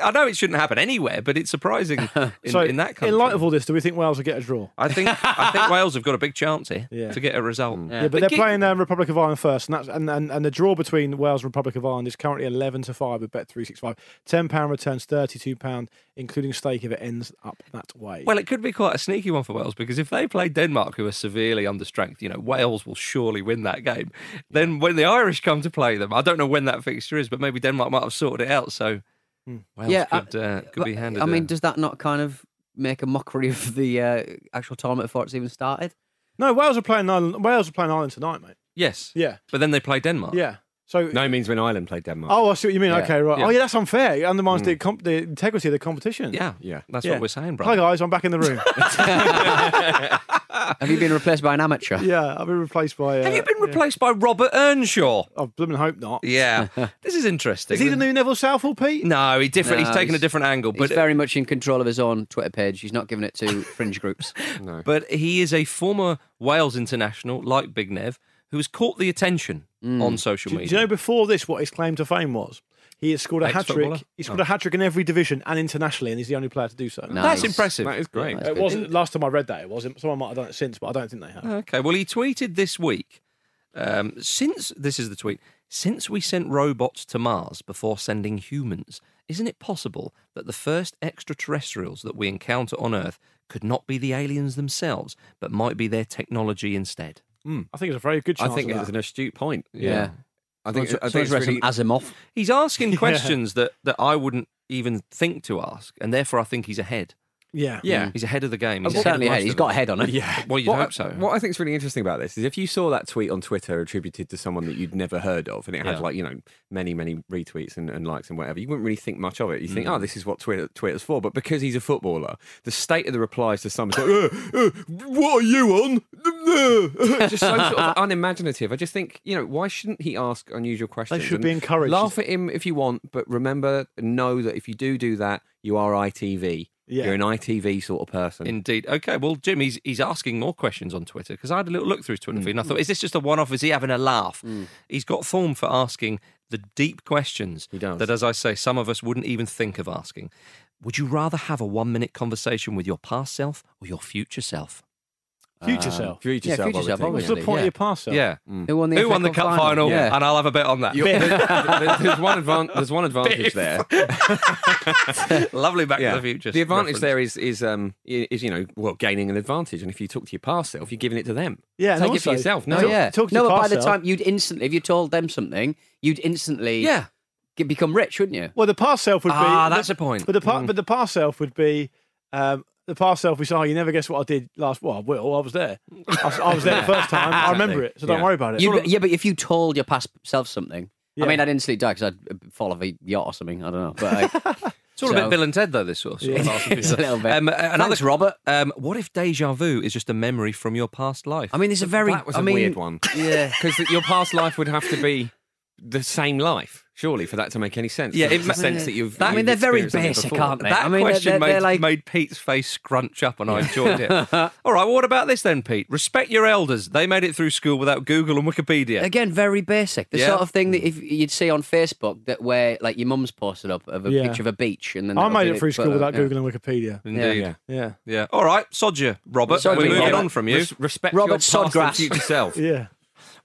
[SPEAKER 1] I know it shouldn't happen anywhere, but it's surprising in,
[SPEAKER 3] so,
[SPEAKER 1] in that country.
[SPEAKER 3] in light of all this, do we think Wales will get a draw?
[SPEAKER 1] I think I think Wales have got a big chance here
[SPEAKER 3] Yeah. Mm.
[SPEAKER 1] to get a result.
[SPEAKER 3] Yeah, but they're playing um, Republic of Ireland first, and that's and, and, and the draw between Wales and Republic of Ireland is currently eleven to five at Bet three six five. Ten pound returns thirty two pound, including stake if it ends up that way.
[SPEAKER 1] Well, it could be quite a sneaky one for Wales because if they play Denmark, who are severely under strength, you know, Wales will surely win that game. Then when the Irish come to play them, I don't know when that fixture is, but maybe Denmark might have sorted it out. So
[SPEAKER 3] Hmm.
[SPEAKER 1] Wales
[SPEAKER 6] Yeah, I-
[SPEAKER 1] could, uh, could be
[SPEAKER 6] But,
[SPEAKER 1] handed.
[SPEAKER 6] I mean,
[SPEAKER 1] a-
[SPEAKER 6] does that not kind of make a mockery of the uh, actual tournament before it's even started?
[SPEAKER 3] no, Wales are playing Ireland. Wales are playing Ireland tonight, mate.
[SPEAKER 1] yes,
[SPEAKER 3] Yeah.
[SPEAKER 1] but then they play Denmark.
[SPEAKER 3] Yeah. So
[SPEAKER 5] No, it means when Ireland played Denmark.
[SPEAKER 3] Oh, I see what you mean.
[SPEAKER 5] Yeah.
[SPEAKER 3] Okay, right.
[SPEAKER 5] Yeah.
[SPEAKER 3] Oh, yeah, that's unfair. It undermines
[SPEAKER 5] Mm.
[SPEAKER 3] the, comp- the integrity of the competition.
[SPEAKER 1] Hmm. Yeah, yeah. That's
[SPEAKER 3] Yeah.
[SPEAKER 1] what we're saying,
[SPEAKER 3] Hi
[SPEAKER 1] brother.
[SPEAKER 3] guys, I'm back in the room.
[SPEAKER 6] Have you been replaced by an amateur?
[SPEAKER 3] yeah, I've been replaced by. Uh,
[SPEAKER 1] Have you been replaced by Robert Earnshaw?
[SPEAKER 3] I blooming hope not.
[SPEAKER 1] Yeah, this is interesting.
[SPEAKER 3] Is he the new Neville Southall, Pete?
[SPEAKER 1] No, he different.
[SPEAKER 6] No,
[SPEAKER 1] he's taken a
[SPEAKER 6] he's-
[SPEAKER 1] different angle,
[SPEAKER 6] He's
[SPEAKER 1] but
[SPEAKER 6] very much in control of his own Twitter page. He's not giving it to fringe groups.
[SPEAKER 1] but he is a former Wales international, like Big Nev, who has caught the attention on social
[SPEAKER 3] Do, do
[SPEAKER 1] media.
[SPEAKER 3] you know before this what his claim to fame was? He has scored a hat
[SPEAKER 1] Ex-footballer?
[SPEAKER 3] trick. He scored
[SPEAKER 1] Oh.
[SPEAKER 3] a hat trick in every division and internationally, and he's the only player to do so.
[SPEAKER 1] That's impressive. That is great.
[SPEAKER 3] it wasn't last time I read that. It wasn't. Someone might have done it since, but I don't think they have.
[SPEAKER 1] Okay. Well, he tweeted this week. Um, since this is the tweet, since we sent robots to Mars before sending humans, isn't it possible that the first extraterrestrials that we encounter on Earth could not be the aliens themselves, but might be their technology instead?
[SPEAKER 3] I think it's a very good
[SPEAKER 5] I
[SPEAKER 3] chance.
[SPEAKER 5] think
[SPEAKER 3] of
[SPEAKER 5] it's
[SPEAKER 3] that.
[SPEAKER 5] an astute point. Yeah.
[SPEAKER 1] Yeah.
[SPEAKER 5] I think, I think it's really,
[SPEAKER 6] Asimov.
[SPEAKER 1] He's asking questions that, that I wouldn't even think to ask, and therefore I think he's ahead.
[SPEAKER 3] Yeah.
[SPEAKER 5] Yeah.
[SPEAKER 1] He's ahead of the game.
[SPEAKER 5] He's certainly
[SPEAKER 1] of
[SPEAKER 5] ahead.
[SPEAKER 1] most
[SPEAKER 5] He's
[SPEAKER 1] of
[SPEAKER 5] got
[SPEAKER 1] us.
[SPEAKER 5] a head on it.
[SPEAKER 1] Yeah. Well, you'd
[SPEAKER 5] what,
[SPEAKER 1] hope so.
[SPEAKER 5] What I think is really interesting about this is if you saw that tweet on Twitter attributed to someone that you'd never heard of, and it had
[SPEAKER 1] Yeah.
[SPEAKER 5] like you know many many retweets and, and likes and whatever, you wouldn't really think much of it. You think,
[SPEAKER 1] Mm.
[SPEAKER 5] oh, this is what Twitter Twitter's for. But because he's a footballer, the state of the replies to some is like, uh, uh, what are you on? just so sort of unimaginative. I just think you know why shouldn't he ask unusual questions?
[SPEAKER 3] should
[SPEAKER 5] And
[SPEAKER 3] be encouraged.
[SPEAKER 5] Laugh at him if you want, but remember, know that if you do do that, you are ITV.
[SPEAKER 3] Yeah.
[SPEAKER 5] You're an ITV sort of person.
[SPEAKER 1] Indeed. Okay. Well, Jim, he's, he's asking more questions on Twitter because I had a little look through his Twitter
[SPEAKER 6] Mm.
[SPEAKER 1] feed and I thought, is this just a one off? Is he having a laugh? He's got form for asking the deep questions
[SPEAKER 5] does.
[SPEAKER 1] that, as I say, some of us wouldn't even think of asking. Would you rather have a one minute conversation with your past self or your future self?
[SPEAKER 3] Hmm. future self.
[SPEAKER 5] Uh, Future
[SPEAKER 6] Yeah,
[SPEAKER 5] self,
[SPEAKER 6] Um,
[SPEAKER 5] Mm.
[SPEAKER 6] future
[SPEAKER 5] I would
[SPEAKER 6] self,
[SPEAKER 5] think,
[SPEAKER 3] What's the
[SPEAKER 6] obviously,
[SPEAKER 3] point
[SPEAKER 6] yeah.
[SPEAKER 3] of your pass self?
[SPEAKER 1] Yeah.
[SPEAKER 6] Who won the
[SPEAKER 1] Who
[SPEAKER 6] FA
[SPEAKER 1] won the cup final?
[SPEAKER 6] Yeah.
[SPEAKER 1] And I'll have a bet on that.
[SPEAKER 5] You're- there's, there's one advan- there's one advantage there.
[SPEAKER 1] Lovely Back to the Future.
[SPEAKER 5] The advantage
[SPEAKER 1] reference.
[SPEAKER 5] there is is um i- is you know well gaining an advantage, and if you talk to your past self, you're giving it to them.
[SPEAKER 3] Yeah, and
[SPEAKER 5] take it
[SPEAKER 3] also-
[SPEAKER 5] for yourself. No,
[SPEAKER 3] Oh, yeah. Talk to
[SPEAKER 6] no,
[SPEAKER 3] your
[SPEAKER 6] but by
[SPEAKER 3] past
[SPEAKER 6] the
[SPEAKER 3] self.
[SPEAKER 6] time you'd instantly, if you told them something, you'd instantly
[SPEAKER 1] Yeah.
[SPEAKER 6] get, become rich, wouldn't you?
[SPEAKER 3] Well, the past self would be.
[SPEAKER 1] Ah,
[SPEAKER 3] the-
[SPEAKER 1] that's a point.
[SPEAKER 3] But the pa- but the past self would be. Um, the past self would say, "Oh, you never guess what I did last." Well, I will. I was there. I was, I was there the first time. I remember it, so don't
[SPEAKER 5] Yeah.
[SPEAKER 3] worry about it.
[SPEAKER 6] You'd- yeah, but if you told your past self something,
[SPEAKER 3] Yeah.
[SPEAKER 6] I mean, I'd instantly die because I'd fall off a yacht or something. I don't know, but like,
[SPEAKER 1] It's all a
[SPEAKER 6] So-
[SPEAKER 1] bit Bill and Ted, though, this sort of, sort of
[SPEAKER 6] Yeah.
[SPEAKER 1] fast and
[SPEAKER 6] It's
[SPEAKER 1] furious.
[SPEAKER 6] a little bit.
[SPEAKER 1] Um, uh, another,
[SPEAKER 6] Thanks, Robert.
[SPEAKER 1] Um, what if deja vu is just a memory from your past life?
[SPEAKER 6] I mean, there's a very.
[SPEAKER 5] that was
[SPEAKER 6] I
[SPEAKER 5] a
[SPEAKER 6] mean,
[SPEAKER 5] weird one.
[SPEAKER 6] Yeah.
[SPEAKER 5] because your past life would have to be the same life, surely, for that to make any sense.
[SPEAKER 1] Yeah,
[SPEAKER 5] it makes
[SPEAKER 1] it ma-
[SPEAKER 5] sense that you've.
[SPEAKER 6] I mean, they're
[SPEAKER 5] you've
[SPEAKER 6] very
[SPEAKER 5] experienced something
[SPEAKER 6] basic,
[SPEAKER 5] before.
[SPEAKER 6] aren't they?
[SPEAKER 1] That
[SPEAKER 6] I mean, they're-
[SPEAKER 1] question
[SPEAKER 6] they're-
[SPEAKER 1] made,
[SPEAKER 6] they're like-
[SPEAKER 1] made Pete's face scrunch up, and I enjoyed it. All right, well, what about this then, Pete? Respect your elders. They made it through school without Google and Wikipedia.
[SPEAKER 6] Again, very basic. The
[SPEAKER 1] Yeah.
[SPEAKER 6] sort of thing that if you'd see on Facebook that where like your mum's posted up of a
[SPEAKER 3] Yeah.
[SPEAKER 6] picture of a beach, and then
[SPEAKER 3] I
[SPEAKER 6] that'll
[SPEAKER 3] made
[SPEAKER 6] be
[SPEAKER 3] it
[SPEAKER 6] the-
[SPEAKER 3] through school
[SPEAKER 6] but, uh,
[SPEAKER 3] without
[SPEAKER 6] yeah.
[SPEAKER 3] Googling Wikipedia.
[SPEAKER 1] Indeed. Yeah.
[SPEAKER 3] Yeah,
[SPEAKER 1] All right, sod you, Robert.
[SPEAKER 6] Sod
[SPEAKER 1] We're
[SPEAKER 6] me,
[SPEAKER 1] moving
[SPEAKER 6] Robert.
[SPEAKER 1] on from you.
[SPEAKER 5] Res- respect
[SPEAKER 6] Robert
[SPEAKER 5] your past and
[SPEAKER 6] Sodgrass.
[SPEAKER 5] future self.
[SPEAKER 3] yeah.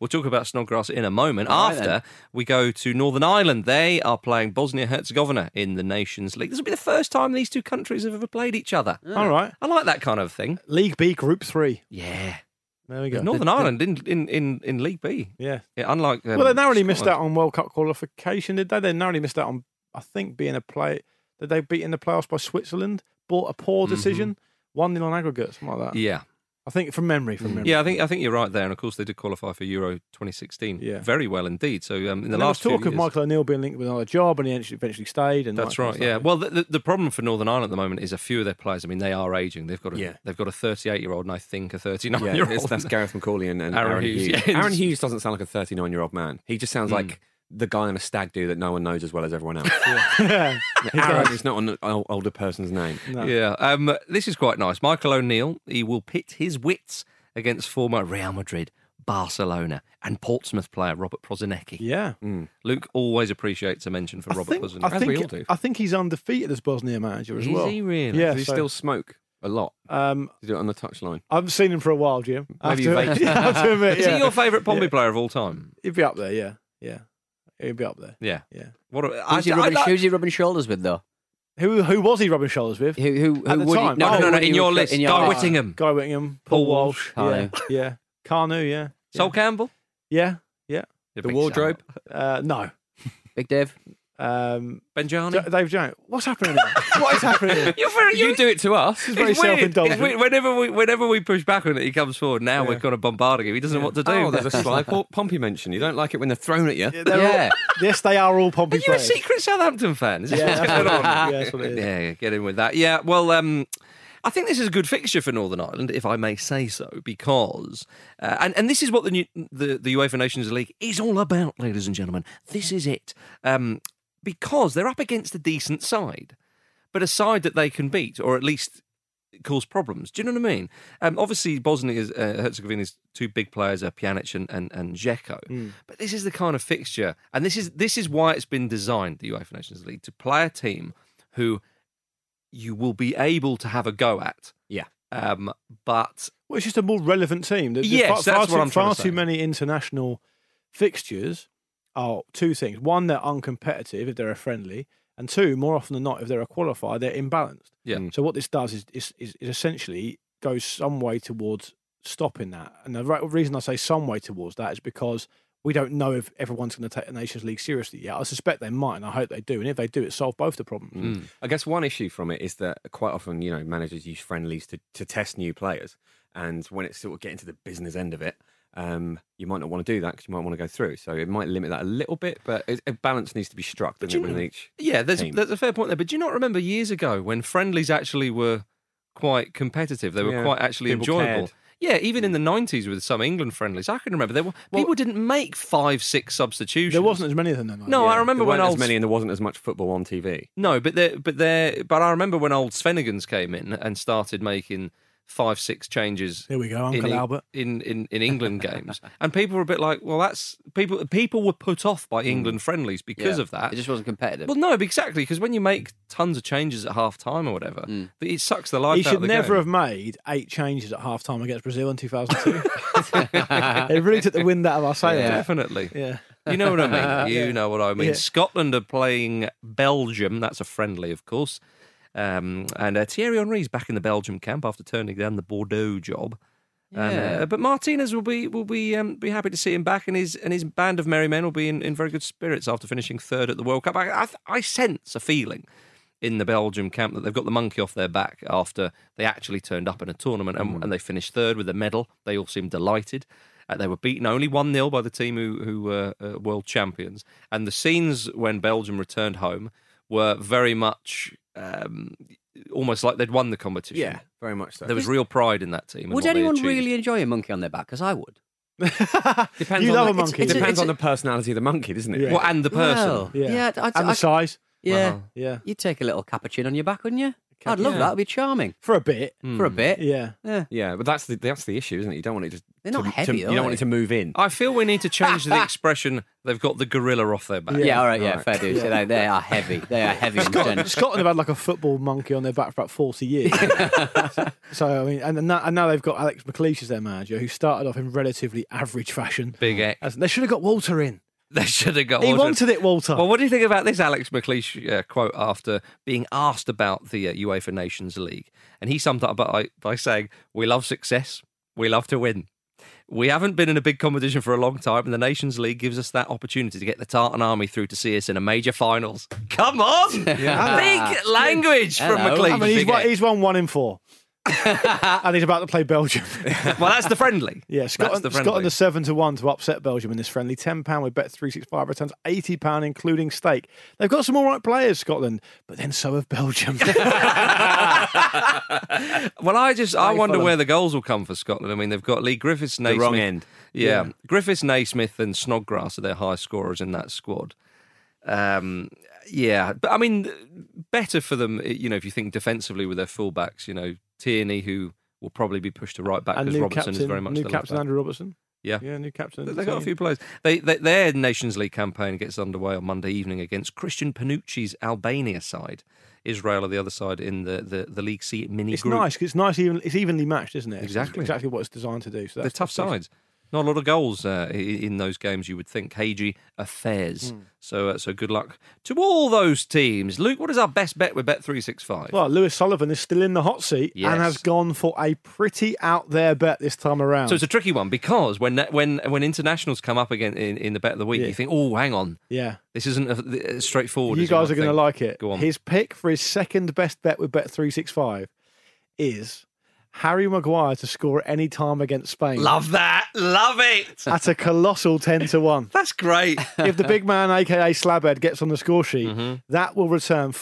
[SPEAKER 1] We'll talk about Snodgrass in a moment.
[SPEAKER 6] All right,
[SPEAKER 1] After
[SPEAKER 6] then.
[SPEAKER 1] we go to Northern Ireland, they are playing Bosnia Herzegovina in the Nations League. This will be the first time these two countries have ever played each other.
[SPEAKER 3] All right.
[SPEAKER 1] I like that kind of thing.
[SPEAKER 3] League B, Group Three.
[SPEAKER 1] Yeah.
[SPEAKER 3] There we go.
[SPEAKER 1] Northern Ireland in, in, in, in League B.
[SPEAKER 3] Yeah.
[SPEAKER 1] Yeah, unlike. Um,
[SPEAKER 3] well, they narrowly missed out
[SPEAKER 1] Scotland.
[SPEAKER 3] on World Cup qualification, did they? They narrowly missed out on, I think, being a play. Did they beat in the playoffs by Switzerland? Bought a poor decision, one nil on aggregate, something like that.
[SPEAKER 1] Mm-hmm. Yeah. Mm-hmm.
[SPEAKER 3] I think from memory, from memory.
[SPEAKER 1] Yeah, I think I think you're right there. And of course, they did qualify for Euro 2016
[SPEAKER 3] Yeah.
[SPEAKER 1] very well indeed. So um, in
[SPEAKER 3] And
[SPEAKER 1] the last
[SPEAKER 3] there was
[SPEAKER 1] few
[SPEAKER 3] talk of
[SPEAKER 1] years-
[SPEAKER 3] Michael O'Neill being linked with another job, and he actually- eventually stayed. And
[SPEAKER 1] That's
[SPEAKER 3] that kind of
[SPEAKER 1] right.
[SPEAKER 3] stuff.
[SPEAKER 1] Yeah. Well, the, the, the problem for Northern Ireland at the moment is a few of their players. I mean, they are aging. They've got a
[SPEAKER 5] Yeah.
[SPEAKER 1] they've got a 38 year old and I think a 39
[SPEAKER 5] Yeah,
[SPEAKER 1] year
[SPEAKER 5] it's-
[SPEAKER 1] old.
[SPEAKER 5] that's Gareth McCauley and, and
[SPEAKER 1] Aaron
[SPEAKER 5] Aaron,
[SPEAKER 1] Hughes,
[SPEAKER 5] Hughes. Hmm.
[SPEAKER 1] yeah.
[SPEAKER 5] Aaron Hughes doesn't sound like a 39 year old man. He just sounds like the guy on a stag do that no one knows as well as everyone else.
[SPEAKER 1] He
[SPEAKER 5] Aaron
[SPEAKER 1] does.
[SPEAKER 5] is not an ol- older person's name.
[SPEAKER 1] Yeah. Um, this is quite nice. Michael O'Neill. He will pit his wits against former Real Madrid, Barcelona, and Portsmouth player Robert Prozinecki.
[SPEAKER 3] Yeah.
[SPEAKER 1] Luke always appreciates a mention for Mm, Robert Prozinecki.
[SPEAKER 3] I think, I think he's undefeated as Bosnia manager as
[SPEAKER 5] Is
[SPEAKER 3] well.
[SPEAKER 5] he really?
[SPEAKER 3] Yeah.
[SPEAKER 5] Does he
[SPEAKER 3] so-
[SPEAKER 5] still smoke a lot?
[SPEAKER 3] Um,
[SPEAKER 5] Does he do it on the touchline?
[SPEAKER 3] I haven't seen him for a while, Jim. I have
[SPEAKER 5] Maybe
[SPEAKER 3] to-
[SPEAKER 5] you vaped.
[SPEAKER 3] yeah, I have to admit,
[SPEAKER 1] Is he
[SPEAKER 3] yeah.
[SPEAKER 1] your favourite Pompey
[SPEAKER 3] Yeah.
[SPEAKER 1] player of all time?
[SPEAKER 3] He'd be up there, yeah. Yeah. He'd be up there.
[SPEAKER 1] Yeah.
[SPEAKER 3] Yeah.
[SPEAKER 1] What a,
[SPEAKER 6] Who's he,
[SPEAKER 1] I- I
[SPEAKER 6] rubbing,
[SPEAKER 1] like-
[SPEAKER 6] who's he rubbing shoulders with, though?
[SPEAKER 3] Who who was he rubbing shoulders with?
[SPEAKER 6] Who who,
[SPEAKER 3] At
[SPEAKER 6] who
[SPEAKER 3] the
[SPEAKER 6] would
[SPEAKER 3] time.
[SPEAKER 6] he?
[SPEAKER 3] Oh,
[SPEAKER 6] No, no, no.
[SPEAKER 3] when he
[SPEAKER 6] in your
[SPEAKER 3] was
[SPEAKER 6] list,
[SPEAKER 3] with-
[SPEAKER 6] in your
[SPEAKER 3] Guy
[SPEAKER 6] list.
[SPEAKER 1] Whittingham.
[SPEAKER 3] Guy Whittingham. Paul Walsh.
[SPEAKER 6] Carnu.
[SPEAKER 3] Yeah. yeah. Carnu, yeah.
[SPEAKER 1] Sol Campbell?
[SPEAKER 3] Yeah. Yeah.
[SPEAKER 1] The wardrobe?
[SPEAKER 3] Uh, no.
[SPEAKER 6] Big Dev?
[SPEAKER 3] Um,
[SPEAKER 1] Benjani?
[SPEAKER 3] D- Dave Jones. What's happening here? what is happening here?
[SPEAKER 1] You're very, you
[SPEAKER 5] do it to us.
[SPEAKER 3] It's very self-indulgent.
[SPEAKER 1] Whenever we, whenever we push back on it, he comes forward. Now we're kind of bombarding him. He doesn't know what to do.
[SPEAKER 5] Oh, there's a sly Pom- Pompey mention. You don't like it when they're thrown at you.
[SPEAKER 3] They're all- yes, they are all Pompey
[SPEAKER 1] Are you a
[SPEAKER 3] players.
[SPEAKER 1] secret Southampton fan? Is this
[SPEAKER 3] Yeah,
[SPEAKER 1] what's
[SPEAKER 3] that's
[SPEAKER 1] going
[SPEAKER 3] what it
[SPEAKER 1] on?
[SPEAKER 3] is. Yeah, that's what it is.
[SPEAKER 1] Yeah, yeah, get in with that. Yeah, well, um, I think this is a good fixture for Northern Ireland, if I may say so, because uh, and and this is what the, new, the the UEFA Nations League is all about, ladies and gentlemen. This is it, um, because they're up against a decent side, but a side that they can beat, or at least cause problems. Do you know what I mean? Um, obviously, Bosnia is, uh, Herzegovina's two big players are Pjanic and and, and Dzeko. But this is the kind of fixture, and this is this is why it's been designed the UEFA Nations League to play a team who you will be able to have a go at.
[SPEAKER 5] Yeah.
[SPEAKER 1] Um, but
[SPEAKER 3] Well, it's just a more relevant team. There- there's
[SPEAKER 1] Yes,
[SPEAKER 3] far,
[SPEAKER 1] that's
[SPEAKER 3] far
[SPEAKER 1] what
[SPEAKER 3] too,
[SPEAKER 1] I'm trying
[SPEAKER 3] Far
[SPEAKER 1] to
[SPEAKER 3] too
[SPEAKER 1] say.
[SPEAKER 3] many international fixtures are two things. One, they're uncompetitive if they're a friendly, and two, more often than not, if they're a qualifier, they're imbalanced.
[SPEAKER 1] Yeah.
[SPEAKER 3] So what this does is is, is, is essentially goes some way towards stopping that. And the right, reason I say some way towards that is because we don't know if everyone's going to take the Nations League seriously yet. I suspect they might, and I hope they do. And if they do, it solves both the problems.
[SPEAKER 1] Mm.
[SPEAKER 5] I guess one issue from it is that quite often, you know, managers use friendlies to, to test new players. And when it's sort of getting to the business end of it, um, you might not want to do that because you might want to go through. So it might limit that a little bit, but it, a balance needs to be struck doesn't it, within each.
[SPEAKER 1] yeah, there's
[SPEAKER 5] team.
[SPEAKER 1] there's a fair point there. But do you not remember years ago when friendlies actually were quite competitive? They were
[SPEAKER 5] Yeah.
[SPEAKER 1] quite actually
[SPEAKER 5] People
[SPEAKER 1] enjoyable.
[SPEAKER 5] cared.
[SPEAKER 1] Yeah, even in the '90s with some England friendlies, I can remember there were people didn't make five, six substitutions.
[SPEAKER 3] There wasn't as many of them then.
[SPEAKER 1] No, I remember
[SPEAKER 5] there
[SPEAKER 1] when
[SPEAKER 5] weren't
[SPEAKER 1] old
[SPEAKER 5] as many and there wasn't as much football on TV.
[SPEAKER 1] No, but there, but there, but I remember when old Svenigans came in and started making five, six changes.
[SPEAKER 3] Here we go,
[SPEAKER 1] in
[SPEAKER 3] Uncle
[SPEAKER 1] Eng-
[SPEAKER 3] Albert.
[SPEAKER 1] in, in in England games, and people were a bit like, well, that's people. People were put off by England friendlies because
[SPEAKER 6] Yeah.
[SPEAKER 1] of that.
[SPEAKER 6] It just wasn't competitive.
[SPEAKER 1] well, no, exactly, because when you make tons of changes at half time or whatever, it sucks the life
[SPEAKER 3] Mm. He
[SPEAKER 1] out of
[SPEAKER 3] should
[SPEAKER 1] the
[SPEAKER 3] never
[SPEAKER 1] game.
[SPEAKER 3] have made eight changes at half time against Brazil in 2002. it really took the wind out of our sails.
[SPEAKER 1] Definitely.
[SPEAKER 3] Yeah.
[SPEAKER 1] You know what I mean. You
[SPEAKER 3] Yeah.
[SPEAKER 1] know what I mean.
[SPEAKER 3] Yeah.
[SPEAKER 1] Scotland are playing Belgium. That's a friendly, of course. Um, and uh, Thierry Henry's back in the Belgium camp after turning down the Bordeaux job. And,
[SPEAKER 3] Yeah.
[SPEAKER 1] uh, but Martinez will be will be um, be happy to see him back, and his and his band of merry men will be in, in very good spirits after finishing third at the World Cup. I, I, th- I sense a feeling in the Belgium camp that they've got the monkey off their back after they actually turned up in a tournament and, and they finished third with a medal. They all seemed delighted. Uh, they were beaten only 1 0 by the team who, who were uh, world champions. And the scenes when Belgium returned home were very much um, almost like they'd won the competition.
[SPEAKER 5] Yeah, very much so.
[SPEAKER 1] There was real pride in that team. and what
[SPEAKER 6] Would
[SPEAKER 1] they
[SPEAKER 6] anyone
[SPEAKER 1] achieved.
[SPEAKER 6] really enjoy a monkey on their back? Because I would.
[SPEAKER 5] Depends
[SPEAKER 3] You
[SPEAKER 5] on
[SPEAKER 3] love
[SPEAKER 5] the,
[SPEAKER 3] a monkey.
[SPEAKER 5] It
[SPEAKER 3] It's a- it's
[SPEAKER 5] depends on
[SPEAKER 3] a-
[SPEAKER 5] the personality of the monkey, doesn't it?
[SPEAKER 3] Yeah.
[SPEAKER 1] Well, and the person. Uh-huh.
[SPEAKER 6] Well,
[SPEAKER 3] Yeah.
[SPEAKER 6] yeah. I-
[SPEAKER 3] and the
[SPEAKER 6] I-
[SPEAKER 3] size.
[SPEAKER 6] Yeah.
[SPEAKER 1] Wow.
[SPEAKER 3] Yeah.
[SPEAKER 6] You'd take a little cappuccino on your back, wouldn't you? I'd love
[SPEAKER 3] yeah.
[SPEAKER 6] that. It'd be charming.
[SPEAKER 3] For a bit.
[SPEAKER 1] Mm.
[SPEAKER 6] For a bit.
[SPEAKER 3] Yeah.
[SPEAKER 6] Yeah.
[SPEAKER 5] Yeah, but that's the that's the issue, isn't it? You don't want it to.
[SPEAKER 6] They're not
[SPEAKER 5] to-
[SPEAKER 6] heavy,
[SPEAKER 5] to-
[SPEAKER 6] are
[SPEAKER 5] you don't want
[SPEAKER 6] they?
[SPEAKER 5] it to move in.
[SPEAKER 1] I feel we need to change the expression they've got the gorilla off their back.
[SPEAKER 6] Yeah, all right, yeah,
[SPEAKER 5] Right.
[SPEAKER 6] fair dues. They, they are heavy. They are heavy. and
[SPEAKER 3] Scotland,
[SPEAKER 6] dense.
[SPEAKER 3] Scotland have had like a football monkey on their back for about 40 years. so, I mean, and, now- and now they've got Alex McLeish as their manager, who started off in relatively average fashion.
[SPEAKER 1] Big X.
[SPEAKER 3] As- They should have got Walter in.
[SPEAKER 1] They should have got
[SPEAKER 3] He
[SPEAKER 1] Aldrin.
[SPEAKER 3] wanted it, Walter.
[SPEAKER 1] Well, what do you think about this Alex McLeish uh, quote after being asked about the uh, UEFA Nations League? And he summed up by, by saying, We love success, we love to win. We haven't been in a big competition for a long time, and the Nations League gives us that opportunity to get the Tartan Army through to see us in a major finals. Come on! Big language from
[SPEAKER 3] Ah,
[SPEAKER 6] Hello.
[SPEAKER 1] McLeish.
[SPEAKER 3] I mean, he's
[SPEAKER 1] Big
[SPEAKER 3] won,
[SPEAKER 1] X.
[SPEAKER 3] he's won one in four. and he's about to play Belgium.
[SPEAKER 1] well, that's the friendly.
[SPEAKER 3] Yeah, Scotland,
[SPEAKER 1] the friendly.
[SPEAKER 3] Scotland are seven to one to upset Belgium in this friendly. Ten pound with Bet three six five returns eighty pound including stake. They've got some all right players, Scotland, but then so have Belgium.
[SPEAKER 1] Well, I just I
[SPEAKER 3] Play
[SPEAKER 1] wonder
[SPEAKER 3] Fulham.
[SPEAKER 1] where the goals will come for Scotland. I mean, they've got Lee Griffiths, Naismith,
[SPEAKER 5] wrong end.
[SPEAKER 1] Yeah,
[SPEAKER 5] Yeah.
[SPEAKER 1] Griffiths, Naismith, and Snodgrass are their high scorers in that squad. Um, yeah, but I mean, better for them, you know, if you think defensively with their fullbacks, you know, Tierney, who will probably be pushed to right back
[SPEAKER 3] and
[SPEAKER 1] because
[SPEAKER 3] new
[SPEAKER 1] Robertson
[SPEAKER 3] captain,
[SPEAKER 1] is very much
[SPEAKER 3] new
[SPEAKER 1] the left
[SPEAKER 3] captain
[SPEAKER 1] back.
[SPEAKER 3] Andrew Robertson.
[SPEAKER 1] Yeah.
[SPEAKER 3] yeah, new captain. of the
[SPEAKER 1] They've got a
[SPEAKER 3] team.
[SPEAKER 1] few players. They, they, their Nations League campaign gets underway on Monday evening against Christian Panucci's Albania side. Israel are the other side in the, the, the League C mini
[SPEAKER 3] It's
[SPEAKER 1] group.
[SPEAKER 3] nice. 'cause It's nice. Even it's evenly matched, isn't it? It's
[SPEAKER 1] Exactly.
[SPEAKER 3] exactly what it's designed to do. So
[SPEAKER 1] They're
[SPEAKER 3] that's
[SPEAKER 1] tough
[SPEAKER 3] that's-
[SPEAKER 1] sides. Not a lot of goals uh, i- in those games, you would think. Haji affairs.
[SPEAKER 3] Hmm.
[SPEAKER 1] So, uh, so good luck to all those teams. Luke, what is our best bet with Bet three six five?
[SPEAKER 3] Well, Lewis Sullivan is still in the hot seat
[SPEAKER 1] Yes.
[SPEAKER 3] and has gone for a pretty out there bet this time around.
[SPEAKER 1] So it's a tricky one because when when when internationals come up again in, in the bet of the week, you think, oh, hang on,
[SPEAKER 3] yeah.
[SPEAKER 1] this isn't a, as straightforward.
[SPEAKER 3] You
[SPEAKER 1] as
[SPEAKER 3] guys
[SPEAKER 1] might
[SPEAKER 3] are going to
[SPEAKER 1] think.
[SPEAKER 3] like it.
[SPEAKER 1] Go on.
[SPEAKER 3] His pick for his second best bet with Bet365 is Harry Maguire to score at any time against Spain.
[SPEAKER 1] Love that. Love it.
[SPEAKER 3] At a colossal 10 to 1.
[SPEAKER 1] That's great. Mm-hmm.
[SPEAKER 3] if the big man, aka Slabhead, gets on the score sheet, that will return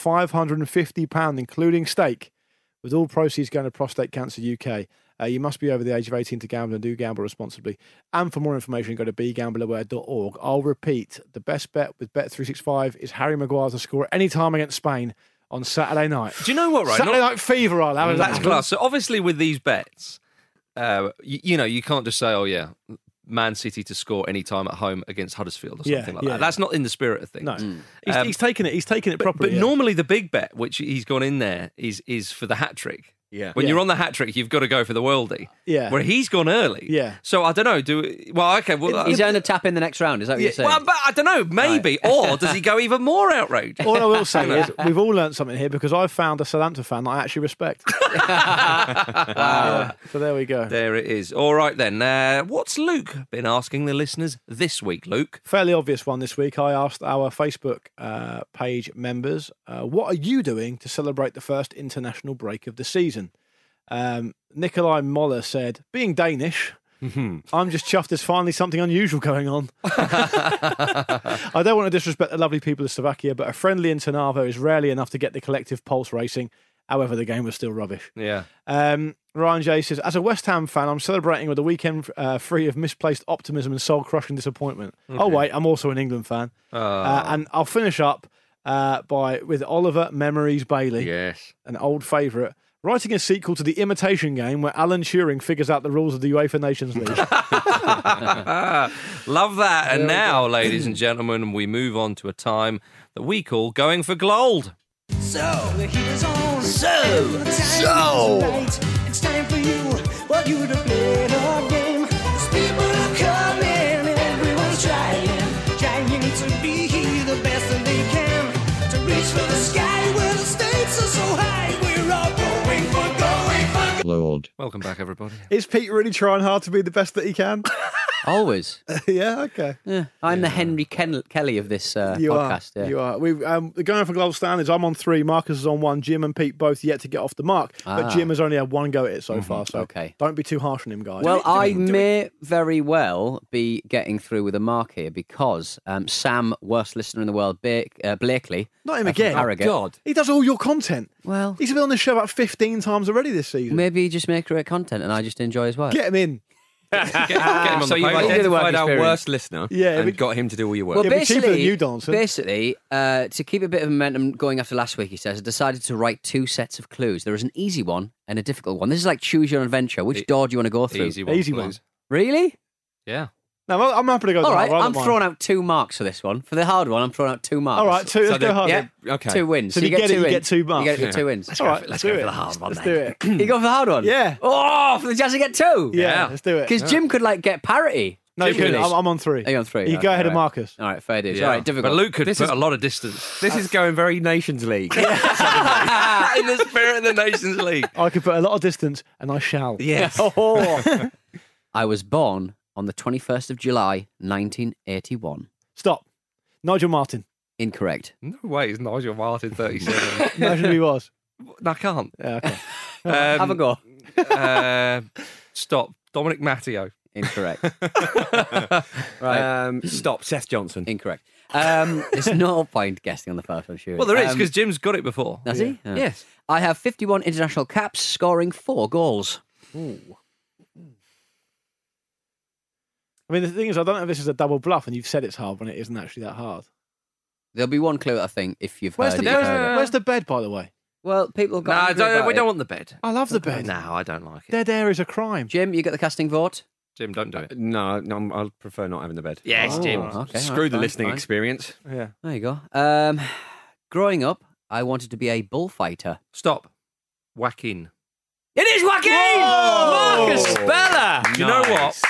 [SPEAKER 3] £550, including stake, with all proceeds going to Prostate Cancer UK. Uh, you must be over the age of 18 to gamble and do gamble responsibly. And for more information, go to begambleaware.org. I'll repeat the best bet with Bet365 is Harry Maguire to score at any time against Spain on Saturday night.
[SPEAKER 1] Do you know what, right?
[SPEAKER 3] Saturday
[SPEAKER 1] Not- Mm.
[SPEAKER 3] night fever, I'll have it.
[SPEAKER 1] That's class. So obviously, with these bets, uh, you, you know, you can't just say, "Oh yeah, Man City to score any time at home against Huddersfield" or something
[SPEAKER 3] Yeah,
[SPEAKER 1] like
[SPEAKER 3] yeah.
[SPEAKER 1] that. That's not in the spirit of things. Um,
[SPEAKER 3] No. He's, he's taking it. He's taking it
[SPEAKER 1] but
[SPEAKER 3] properly. yeah.
[SPEAKER 1] normally, the big bet which he's gone in there is is for the hat trick.
[SPEAKER 3] Yeah.
[SPEAKER 1] When
[SPEAKER 3] Yeah.
[SPEAKER 1] you're on the hat trick, you've got to go for the worldie.
[SPEAKER 6] Yeah.
[SPEAKER 1] Where he's gone early.
[SPEAKER 6] Yeah.
[SPEAKER 1] So I don't know. Do well. Okay. Well,
[SPEAKER 6] He's
[SPEAKER 1] I,
[SPEAKER 6] earned a tap in the next round. Is that what
[SPEAKER 1] yeah,
[SPEAKER 6] you're saying?
[SPEAKER 1] well, but I don't know. Maybe, or does he go even more outrage?
[SPEAKER 3] All I will say
[SPEAKER 1] You know?
[SPEAKER 3] is we've all learned something here because I've found a Southampton fan that I actually respect.
[SPEAKER 1] wow.
[SPEAKER 3] So there we go.
[SPEAKER 1] There it is. All right then. Uh, what's Luke been asking the listeners this week, Luke?
[SPEAKER 3] Fairly obvious one this week. I asked our Facebook uh, page members, uh, what are you doing to celebrate the first international break of the season? Um, Nikolai Moller said, being Danish, I'm just chuffed there's finally something unusual going on. I don't want to disrespect the lovely people of Slovakia, but a friendly in Tarnovo is rarely enough to get the collective pulse racing. However, the game was still rubbish.
[SPEAKER 1] Yeah.
[SPEAKER 3] Um, Ryan J says, as a West Ham fan, I'm celebrating with a weekend uh, free of misplaced optimism and soul crushing disappointment. Oh,
[SPEAKER 1] Okay.
[SPEAKER 3] wait, I'm also an England fan.
[SPEAKER 1] Oh.
[SPEAKER 3] Uh, and I'll finish up uh, by with Oliver Memories Bailey.
[SPEAKER 1] Yes.
[SPEAKER 3] An old favourite. Writing a sequel to The Imitation Game where Alan Turing figures out the rules of the UEFA Nations League.
[SPEAKER 1] Love that. And now, ladies and gentlemen, we move on to a time that we call going for gold.
[SPEAKER 11] So,
[SPEAKER 1] So, so.
[SPEAKER 11] It's time for you, well, you to play the game. 'Cause people are coming, everyone's trying, trying to be the best that they can. To reach for the sky where the stakes are so high, we're all going for going for
[SPEAKER 10] Lord.
[SPEAKER 1] Welcome back, everybody.
[SPEAKER 3] Is Pete really trying hard to be the best that he can?
[SPEAKER 6] Always.
[SPEAKER 3] yeah, okay.
[SPEAKER 6] Yeah, I'm the Henry Ken- Kelly of this uh,
[SPEAKER 3] you
[SPEAKER 6] podcast.
[SPEAKER 3] Are,
[SPEAKER 6] yeah.
[SPEAKER 3] You are. We've, um, the going for gold standards, I'm on three, Marcus is on one, Jim and Pete both yet to get off the mark.
[SPEAKER 6] Ah. Mm-hmm.
[SPEAKER 3] But Jim has only had one go at it so far, so
[SPEAKER 6] Okay.
[SPEAKER 3] don't be too harsh on him, guys.
[SPEAKER 6] Well, I may very well be getting through with a mark here because um, Sam, worst listener in the world, ba- uh, Blakely.
[SPEAKER 3] Not him
[SPEAKER 6] uh, from
[SPEAKER 3] again.
[SPEAKER 6] Harrogate.
[SPEAKER 3] He does all your content.
[SPEAKER 6] Well,
[SPEAKER 3] he's been on the show about 15 times already this season.
[SPEAKER 6] Maybe you just make great content and I just enjoy his work.
[SPEAKER 3] Get him in.
[SPEAKER 5] so you've identified our worst listener
[SPEAKER 6] Yeah,
[SPEAKER 5] and
[SPEAKER 6] we-
[SPEAKER 5] got him to do all your work.
[SPEAKER 6] Well, basically, basically uh, to keep a bit of momentum going after last week, he says, I decided to write two sets of clues. There is an easy one and a difficult one. This is like choose your own adventure. Which door do you want to go through?
[SPEAKER 3] E-, easy one, Easy one. please.
[SPEAKER 6] Really?
[SPEAKER 1] Yeah.
[SPEAKER 3] No, I'm- I'm happy to go.
[SPEAKER 6] All right,
[SPEAKER 3] I
[SPEAKER 6] I'm
[SPEAKER 3] don't mind.
[SPEAKER 6] throwing out two marks for this one. For the hard one, I'm throwing out two marks.
[SPEAKER 3] All right, two. let's go hard.
[SPEAKER 6] Yeah, two wins.
[SPEAKER 3] So, if you
[SPEAKER 6] get
[SPEAKER 3] get,
[SPEAKER 6] two
[SPEAKER 3] it, you
[SPEAKER 6] wins.
[SPEAKER 3] get two marks.
[SPEAKER 6] You get two wins.
[SPEAKER 3] All right, let's, do it. Let's do it.
[SPEAKER 6] you go for the hard one?
[SPEAKER 3] Yeah.
[SPEAKER 6] Oh, for the Jazz, you get two.
[SPEAKER 3] Yeah, Yeah. let's do it.
[SPEAKER 6] Because
[SPEAKER 3] Yeah.
[SPEAKER 6] Jim could like get parity.
[SPEAKER 3] No, you
[SPEAKER 6] Jim
[SPEAKER 3] couldn't.
[SPEAKER 6] could.
[SPEAKER 3] I'm, I'm on three.
[SPEAKER 6] Are you on three?
[SPEAKER 3] You
[SPEAKER 6] Okay,
[SPEAKER 3] go ahead of
[SPEAKER 6] right.
[SPEAKER 3] Marcus.
[SPEAKER 6] All right, fair dues.
[SPEAKER 3] Yeah.
[SPEAKER 6] All right, difficult.
[SPEAKER 3] But Luke could
[SPEAKER 6] This
[SPEAKER 1] put
[SPEAKER 6] is-
[SPEAKER 1] a lot of distance.
[SPEAKER 5] This is going very Nations League.
[SPEAKER 1] in the spirit of the Nations League.
[SPEAKER 3] I could put a lot of distance, and I shall. Oh.
[SPEAKER 6] Yes. I was born on the 21st of July, 1981.
[SPEAKER 3] Stop. Nigel Martin.
[SPEAKER 6] Incorrect.
[SPEAKER 1] No way is Nigel Martin 37.
[SPEAKER 3] Imagine who he was.
[SPEAKER 1] I can't.
[SPEAKER 3] Yeah, okay.
[SPEAKER 1] Um,
[SPEAKER 6] Have a go.
[SPEAKER 1] Uh, stop. Dominic Matteo.
[SPEAKER 6] Incorrect.
[SPEAKER 1] right.
[SPEAKER 6] Um, Stop, Seth Johnson. Incorrect. Um, there's no point guessing on the first, I'm sure.
[SPEAKER 1] well, there is
[SPEAKER 6] Um,
[SPEAKER 1] because Jim's got it before.
[SPEAKER 6] Has he? Yeah.
[SPEAKER 1] Yes.
[SPEAKER 6] I have 51 international caps, scoring four goals. Ooh.
[SPEAKER 3] I mean, the thing is, I don't know if this is a double bluff, and you've said it's hard when it isn't actually that hard.
[SPEAKER 6] There'll be one clue, I think, if you've
[SPEAKER 3] Where's
[SPEAKER 6] heard
[SPEAKER 3] the
[SPEAKER 6] it.
[SPEAKER 3] where's, where's the bed, by the way?
[SPEAKER 6] Well, people got.
[SPEAKER 1] Nah,
[SPEAKER 6] angry
[SPEAKER 1] don't-
[SPEAKER 6] about
[SPEAKER 1] we
[SPEAKER 6] it.
[SPEAKER 1] don't want the bed.
[SPEAKER 3] I love the bed.
[SPEAKER 6] No, I don't like
[SPEAKER 3] Dead air is a crime.
[SPEAKER 6] Jim, you got the casting vote?
[SPEAKER 1] Jim, don't
[SPEAKER 5] Uh,
[SPEAKER 1] do it.
[SPEAKER 5] No, no, I'm- I'll prefer not having the bed.
[SPEAKER 6] Yes, Oh, Jim. okay,
[SPEAKER 5] Screw
[SPEAKER 6] alright,
[SPEAKER 5] the
[SPEAKER 6] fine,
[SPEAKER 5] listening
[SPEAKER 6] fine.
[SPEAKER 5] experience.
[SPEAKER 3] Yeah.
[SPEAKER 6] There you go. Um, growing up, I wanted to be a bullfighter.
[SPEAKER 1] Stop. Joaquin.
[SPEAKER 6] It is Joaquin! Marcus Speller!
[SPEAKER 5] Uh,
[SPEAKER 1] Do you know what?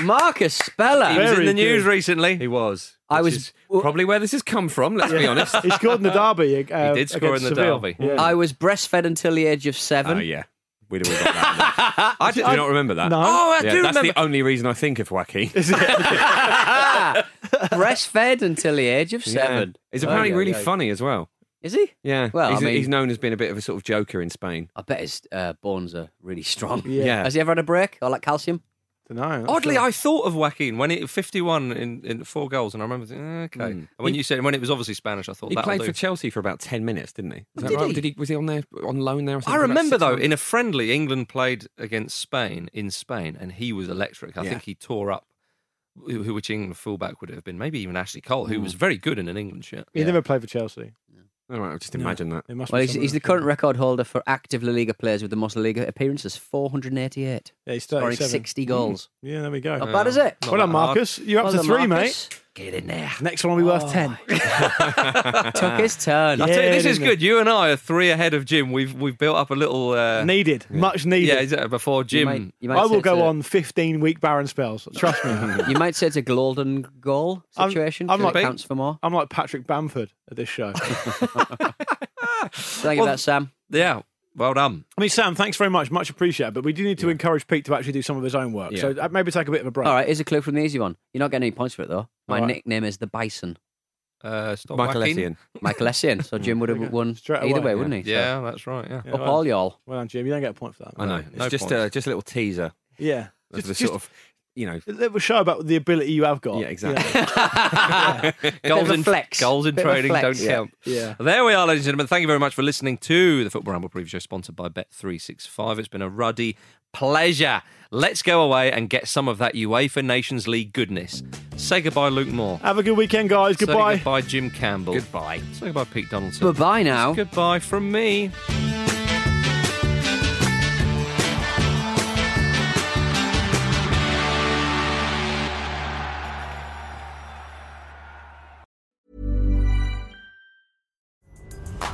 [SPEAKER 6] Marcus Speller.
[SPEAKER 1] He was in the news recently. He
[SPEAKER 5] was.
[SPEAKER 6] I was
[SPEAKER 5] probably where this has come from. Let's be honest.
[SPEAKER 3] he scored in the derby. Uh,
[SPEAKER 5] He did score
[SPEAKER 3] against
[SPEAKER 5] in the
[SPEAKER 3] Seville.
[SPEAKER 5] derby.
[SPEAKER 3] Yeah.
[SPEAKER 6] I was breastfed until the age of seven.
[SPEAKER 5] Oh yeah, we'd all got that. I do, do you not remember that?
[SPEAKER 6] No. Oh, I
[SPEAKER 5] yeah,
[SPEAKER 6] do
[SPEAKER 5] That's
[SPEAKER 6] remember-
[SPEAKER 5] the only reason I think of Wacky.
[SPEAKER 6] breastfed until the age of seven.
[SPEAKER 5] He's apparently
[SPEAKER 6] Oh, yeah,
[SPEAKER 5] really
[SPEAKER 6] yeah.
[SPEAKER 5] funny as well.
[SPEAKER 6] Is he?
[SPEAKER 5] Yeah.
[SPEAKER 6] Well,
[SPEAKER 5] he's,
[SPEAKER 6] I mean,
[SPEAKER 5] he's known as being a bit of a sort of joker in Spain.
[SPEAKER 6] I bet his uh, bones are really strong.
[SPEAKER 5] Yeah. Yeah.
[SPEAKER 6] Has he ever had a break or like calcium?
[SPEAKER 3] Oh, No.
[SPEAKER 1] Oddly, I thought of Joaquin when it 51 in, in four goals, and I remember thinking, "Eh, okay.
[SPEAKER 5] Mm.
[SPEAKER 1] And when
[SPEAKER 5] He-
[SPEAKER 1] you said when it was obviously Spanish, I thought
[SPEAKER 5] He
[SPEAKER 1] that
[SPEAKER 5] played for Chelsea for about ten minutes, didn't he?
[SPEAKER 6] Oh,
[SPEAKER 5] Is that
[SPEAKER 1] Did
[SPEAKER 5] right?
[SPEAKER 1] he?
[SPEAKER 5] Did he? Was he on there on loan there? Or something
[SPEAKER 1] I
[SPEAKER 5] for about
[SPEAKER 1] remember
[SPEAKER 5] six
[SPEAKER 1] though,
[SPEAKER 5] months?
[SPEAKER 1] in a friendly, England played against Spain in Spain, and he was electric. I
[SPEAKER 5] Yeah.
[SPEAKER 1] think he tore up who who- which England fullback would it have been? Maybe even Ashley Cole, who
[SPEAKER 5] Hmm.
[SPEAKER 1] was very good in an England shirt.
[SPEAKER 3] He never played for Chelsea.
[SPEAKER 5] All right, just imagine that.
[SPEAKER 3] It must
[SPEAKER 6] Well,
[SPEAKER 3] be
[SPEAKER 6] he's,
[SPEAKER 3] somewhere
[SPEAKER 6] he's the current record holder for active La Liga players with the most La Liga appearances, 488.
[SPEAKER 3] Yeah, he's
[SPEAKER 6] scoring
[SPEAKER 3] 37.
[SPEAKER 6] 60 goals.
[SPEAKER 3] Mm. Yeah, there we go.
[SPEAKER 6] Not bad, is it?
[SPEAKER 3] Well done, Marcus. You're up
[SPEAKER 6] Well
[SPEAKER 3] to
[SPEAKER 6] done,
[SPEAKER 3] three,
[SPEAKER 6] Marcus. Oh,
[SPEAKER 3] mate.
[SPEAKER 6] Get in there.
[SPEAKER 3] Next one will be worth 10.
[SPEAKER 6] Took his turn.
[SPEAKER 1] I tell you, this is
[SPEAKER 3] didn't
[SPEAKER 1] good. You and I are three ahead of Jim. We've we've built up a little uh,
[SPEAKER 3] Needed. Much needed.
[SPEAKER 1] Yeah, exactly, before Jim.
[SPEAKER 3] I will go on 15 week Baron spells. Trust me.
[SPEAKER 6] You might say it's a golden goal
[SPEAKER 3] I'm-
[SPEAKER 6] situation.
[SPEAKER 3] I'm
[SPEAKER 6] so it
[SPEAKER 3] like-
[SPEAKER 6] counts for more.
[SPEAKER 3] I'm like Patrick Bamford at this show.
[SPEAKER 6] Thank you
[SPEAKER 3] Well,
[SPEAKER 6] for that, Sam.
[SPEAKER 1] Yeah, well done.
[SPEAKER 3] I mean, Sam, thanks very much. Much appreciated. But we do need to encourage Pete to actually do some of his own work.
[SPEAKER 6] Yeah.
[SPEAKER 3] So uh, maybe take a bit of a break.
[SPEAKER 6] All right, here's a clue from the easy one. You're not getting any points for it, though.
[SPEAKER 3] All
[SPEAKER 6] My
[SPEAKER 3] right.
[SPEAKER 6] nickname is the Bison.
[SPEAKER 1] Uh, stop
[SPEAKER 6] Michael
[SPEAKER 1] whacking.
[SPEAKER 6] Essien. Michael Essien. So Jim would have won
[SPEAKER 3] Straight
[SPEAKER 6] either
[SPEAKER 3] away,
[SPEAKER 6] way,
[SPEAKER 3] yeah.
[SPEAKER 6] wouldn't he? So
[SPEAKER 1] Yeah, that's right. Yeah.
[SPEAKER 3] Yeah,
[SPEAKER 6] up
[SPEAKER 3] well-
[SPEAKER 6] all y'all.
[SPEAKER 3] Well done, Jim. You don't get a point for that.
[SPEAKER 5] I know. It's
[SPEAKER 3] No
[SPEAKER 5] just
[SPEAKER 3] points.
[SPEAKER 5] a just a little teaser.
[SPEAKER 3] Yeah.
[SPEAKER 5] Of the
[SPEAKER 3] Just- Oh,
[SPEAKER 5] sort
[SPEAKER 3] just-
[SPEAKER 5] of, you know,
[SPEAKER 3] A little show about the ability you have got.
[SPEAKER 5] Yeah, exactly.
[SPEAKER 1] goals
[SPEAKER 3] Bit of a
[SPEAKER 1] in
[SPEAKER 3] flex.
[SPEAKER 1] goals in
[SPEAKER 3] Bit of a
[SPEAKER 1] trading
[SPEAKER 3] flex.
[SPEAKER 1] don't
[SPEAKER 3] Yeah.
[SPEAKER 1] count.
[SPEAKER 3] Yeah.
[SPEAKER 1] There we are, ladies and gentlemen. Thank you very much for listening to the Football Ramble Preview Show, sponsored by Bet365. It's been a ruddy pleasure. Let's go away and get some of that UEFA Nations League goodness. Say goodbye, Luke Moore.
[SPEAKER 3] Have a good weekend, guys.
[SPEAKER 1] Say
[SPEAKER 3] Uh, Goodbye.
[SPEAKER 1] goodbye, Jim Campbell. Goodbye. Say goodbye, Pete Donaldson.
[SPEAKER 6] Bye-bye now.
[SPEAKER 1] Goodbye from me.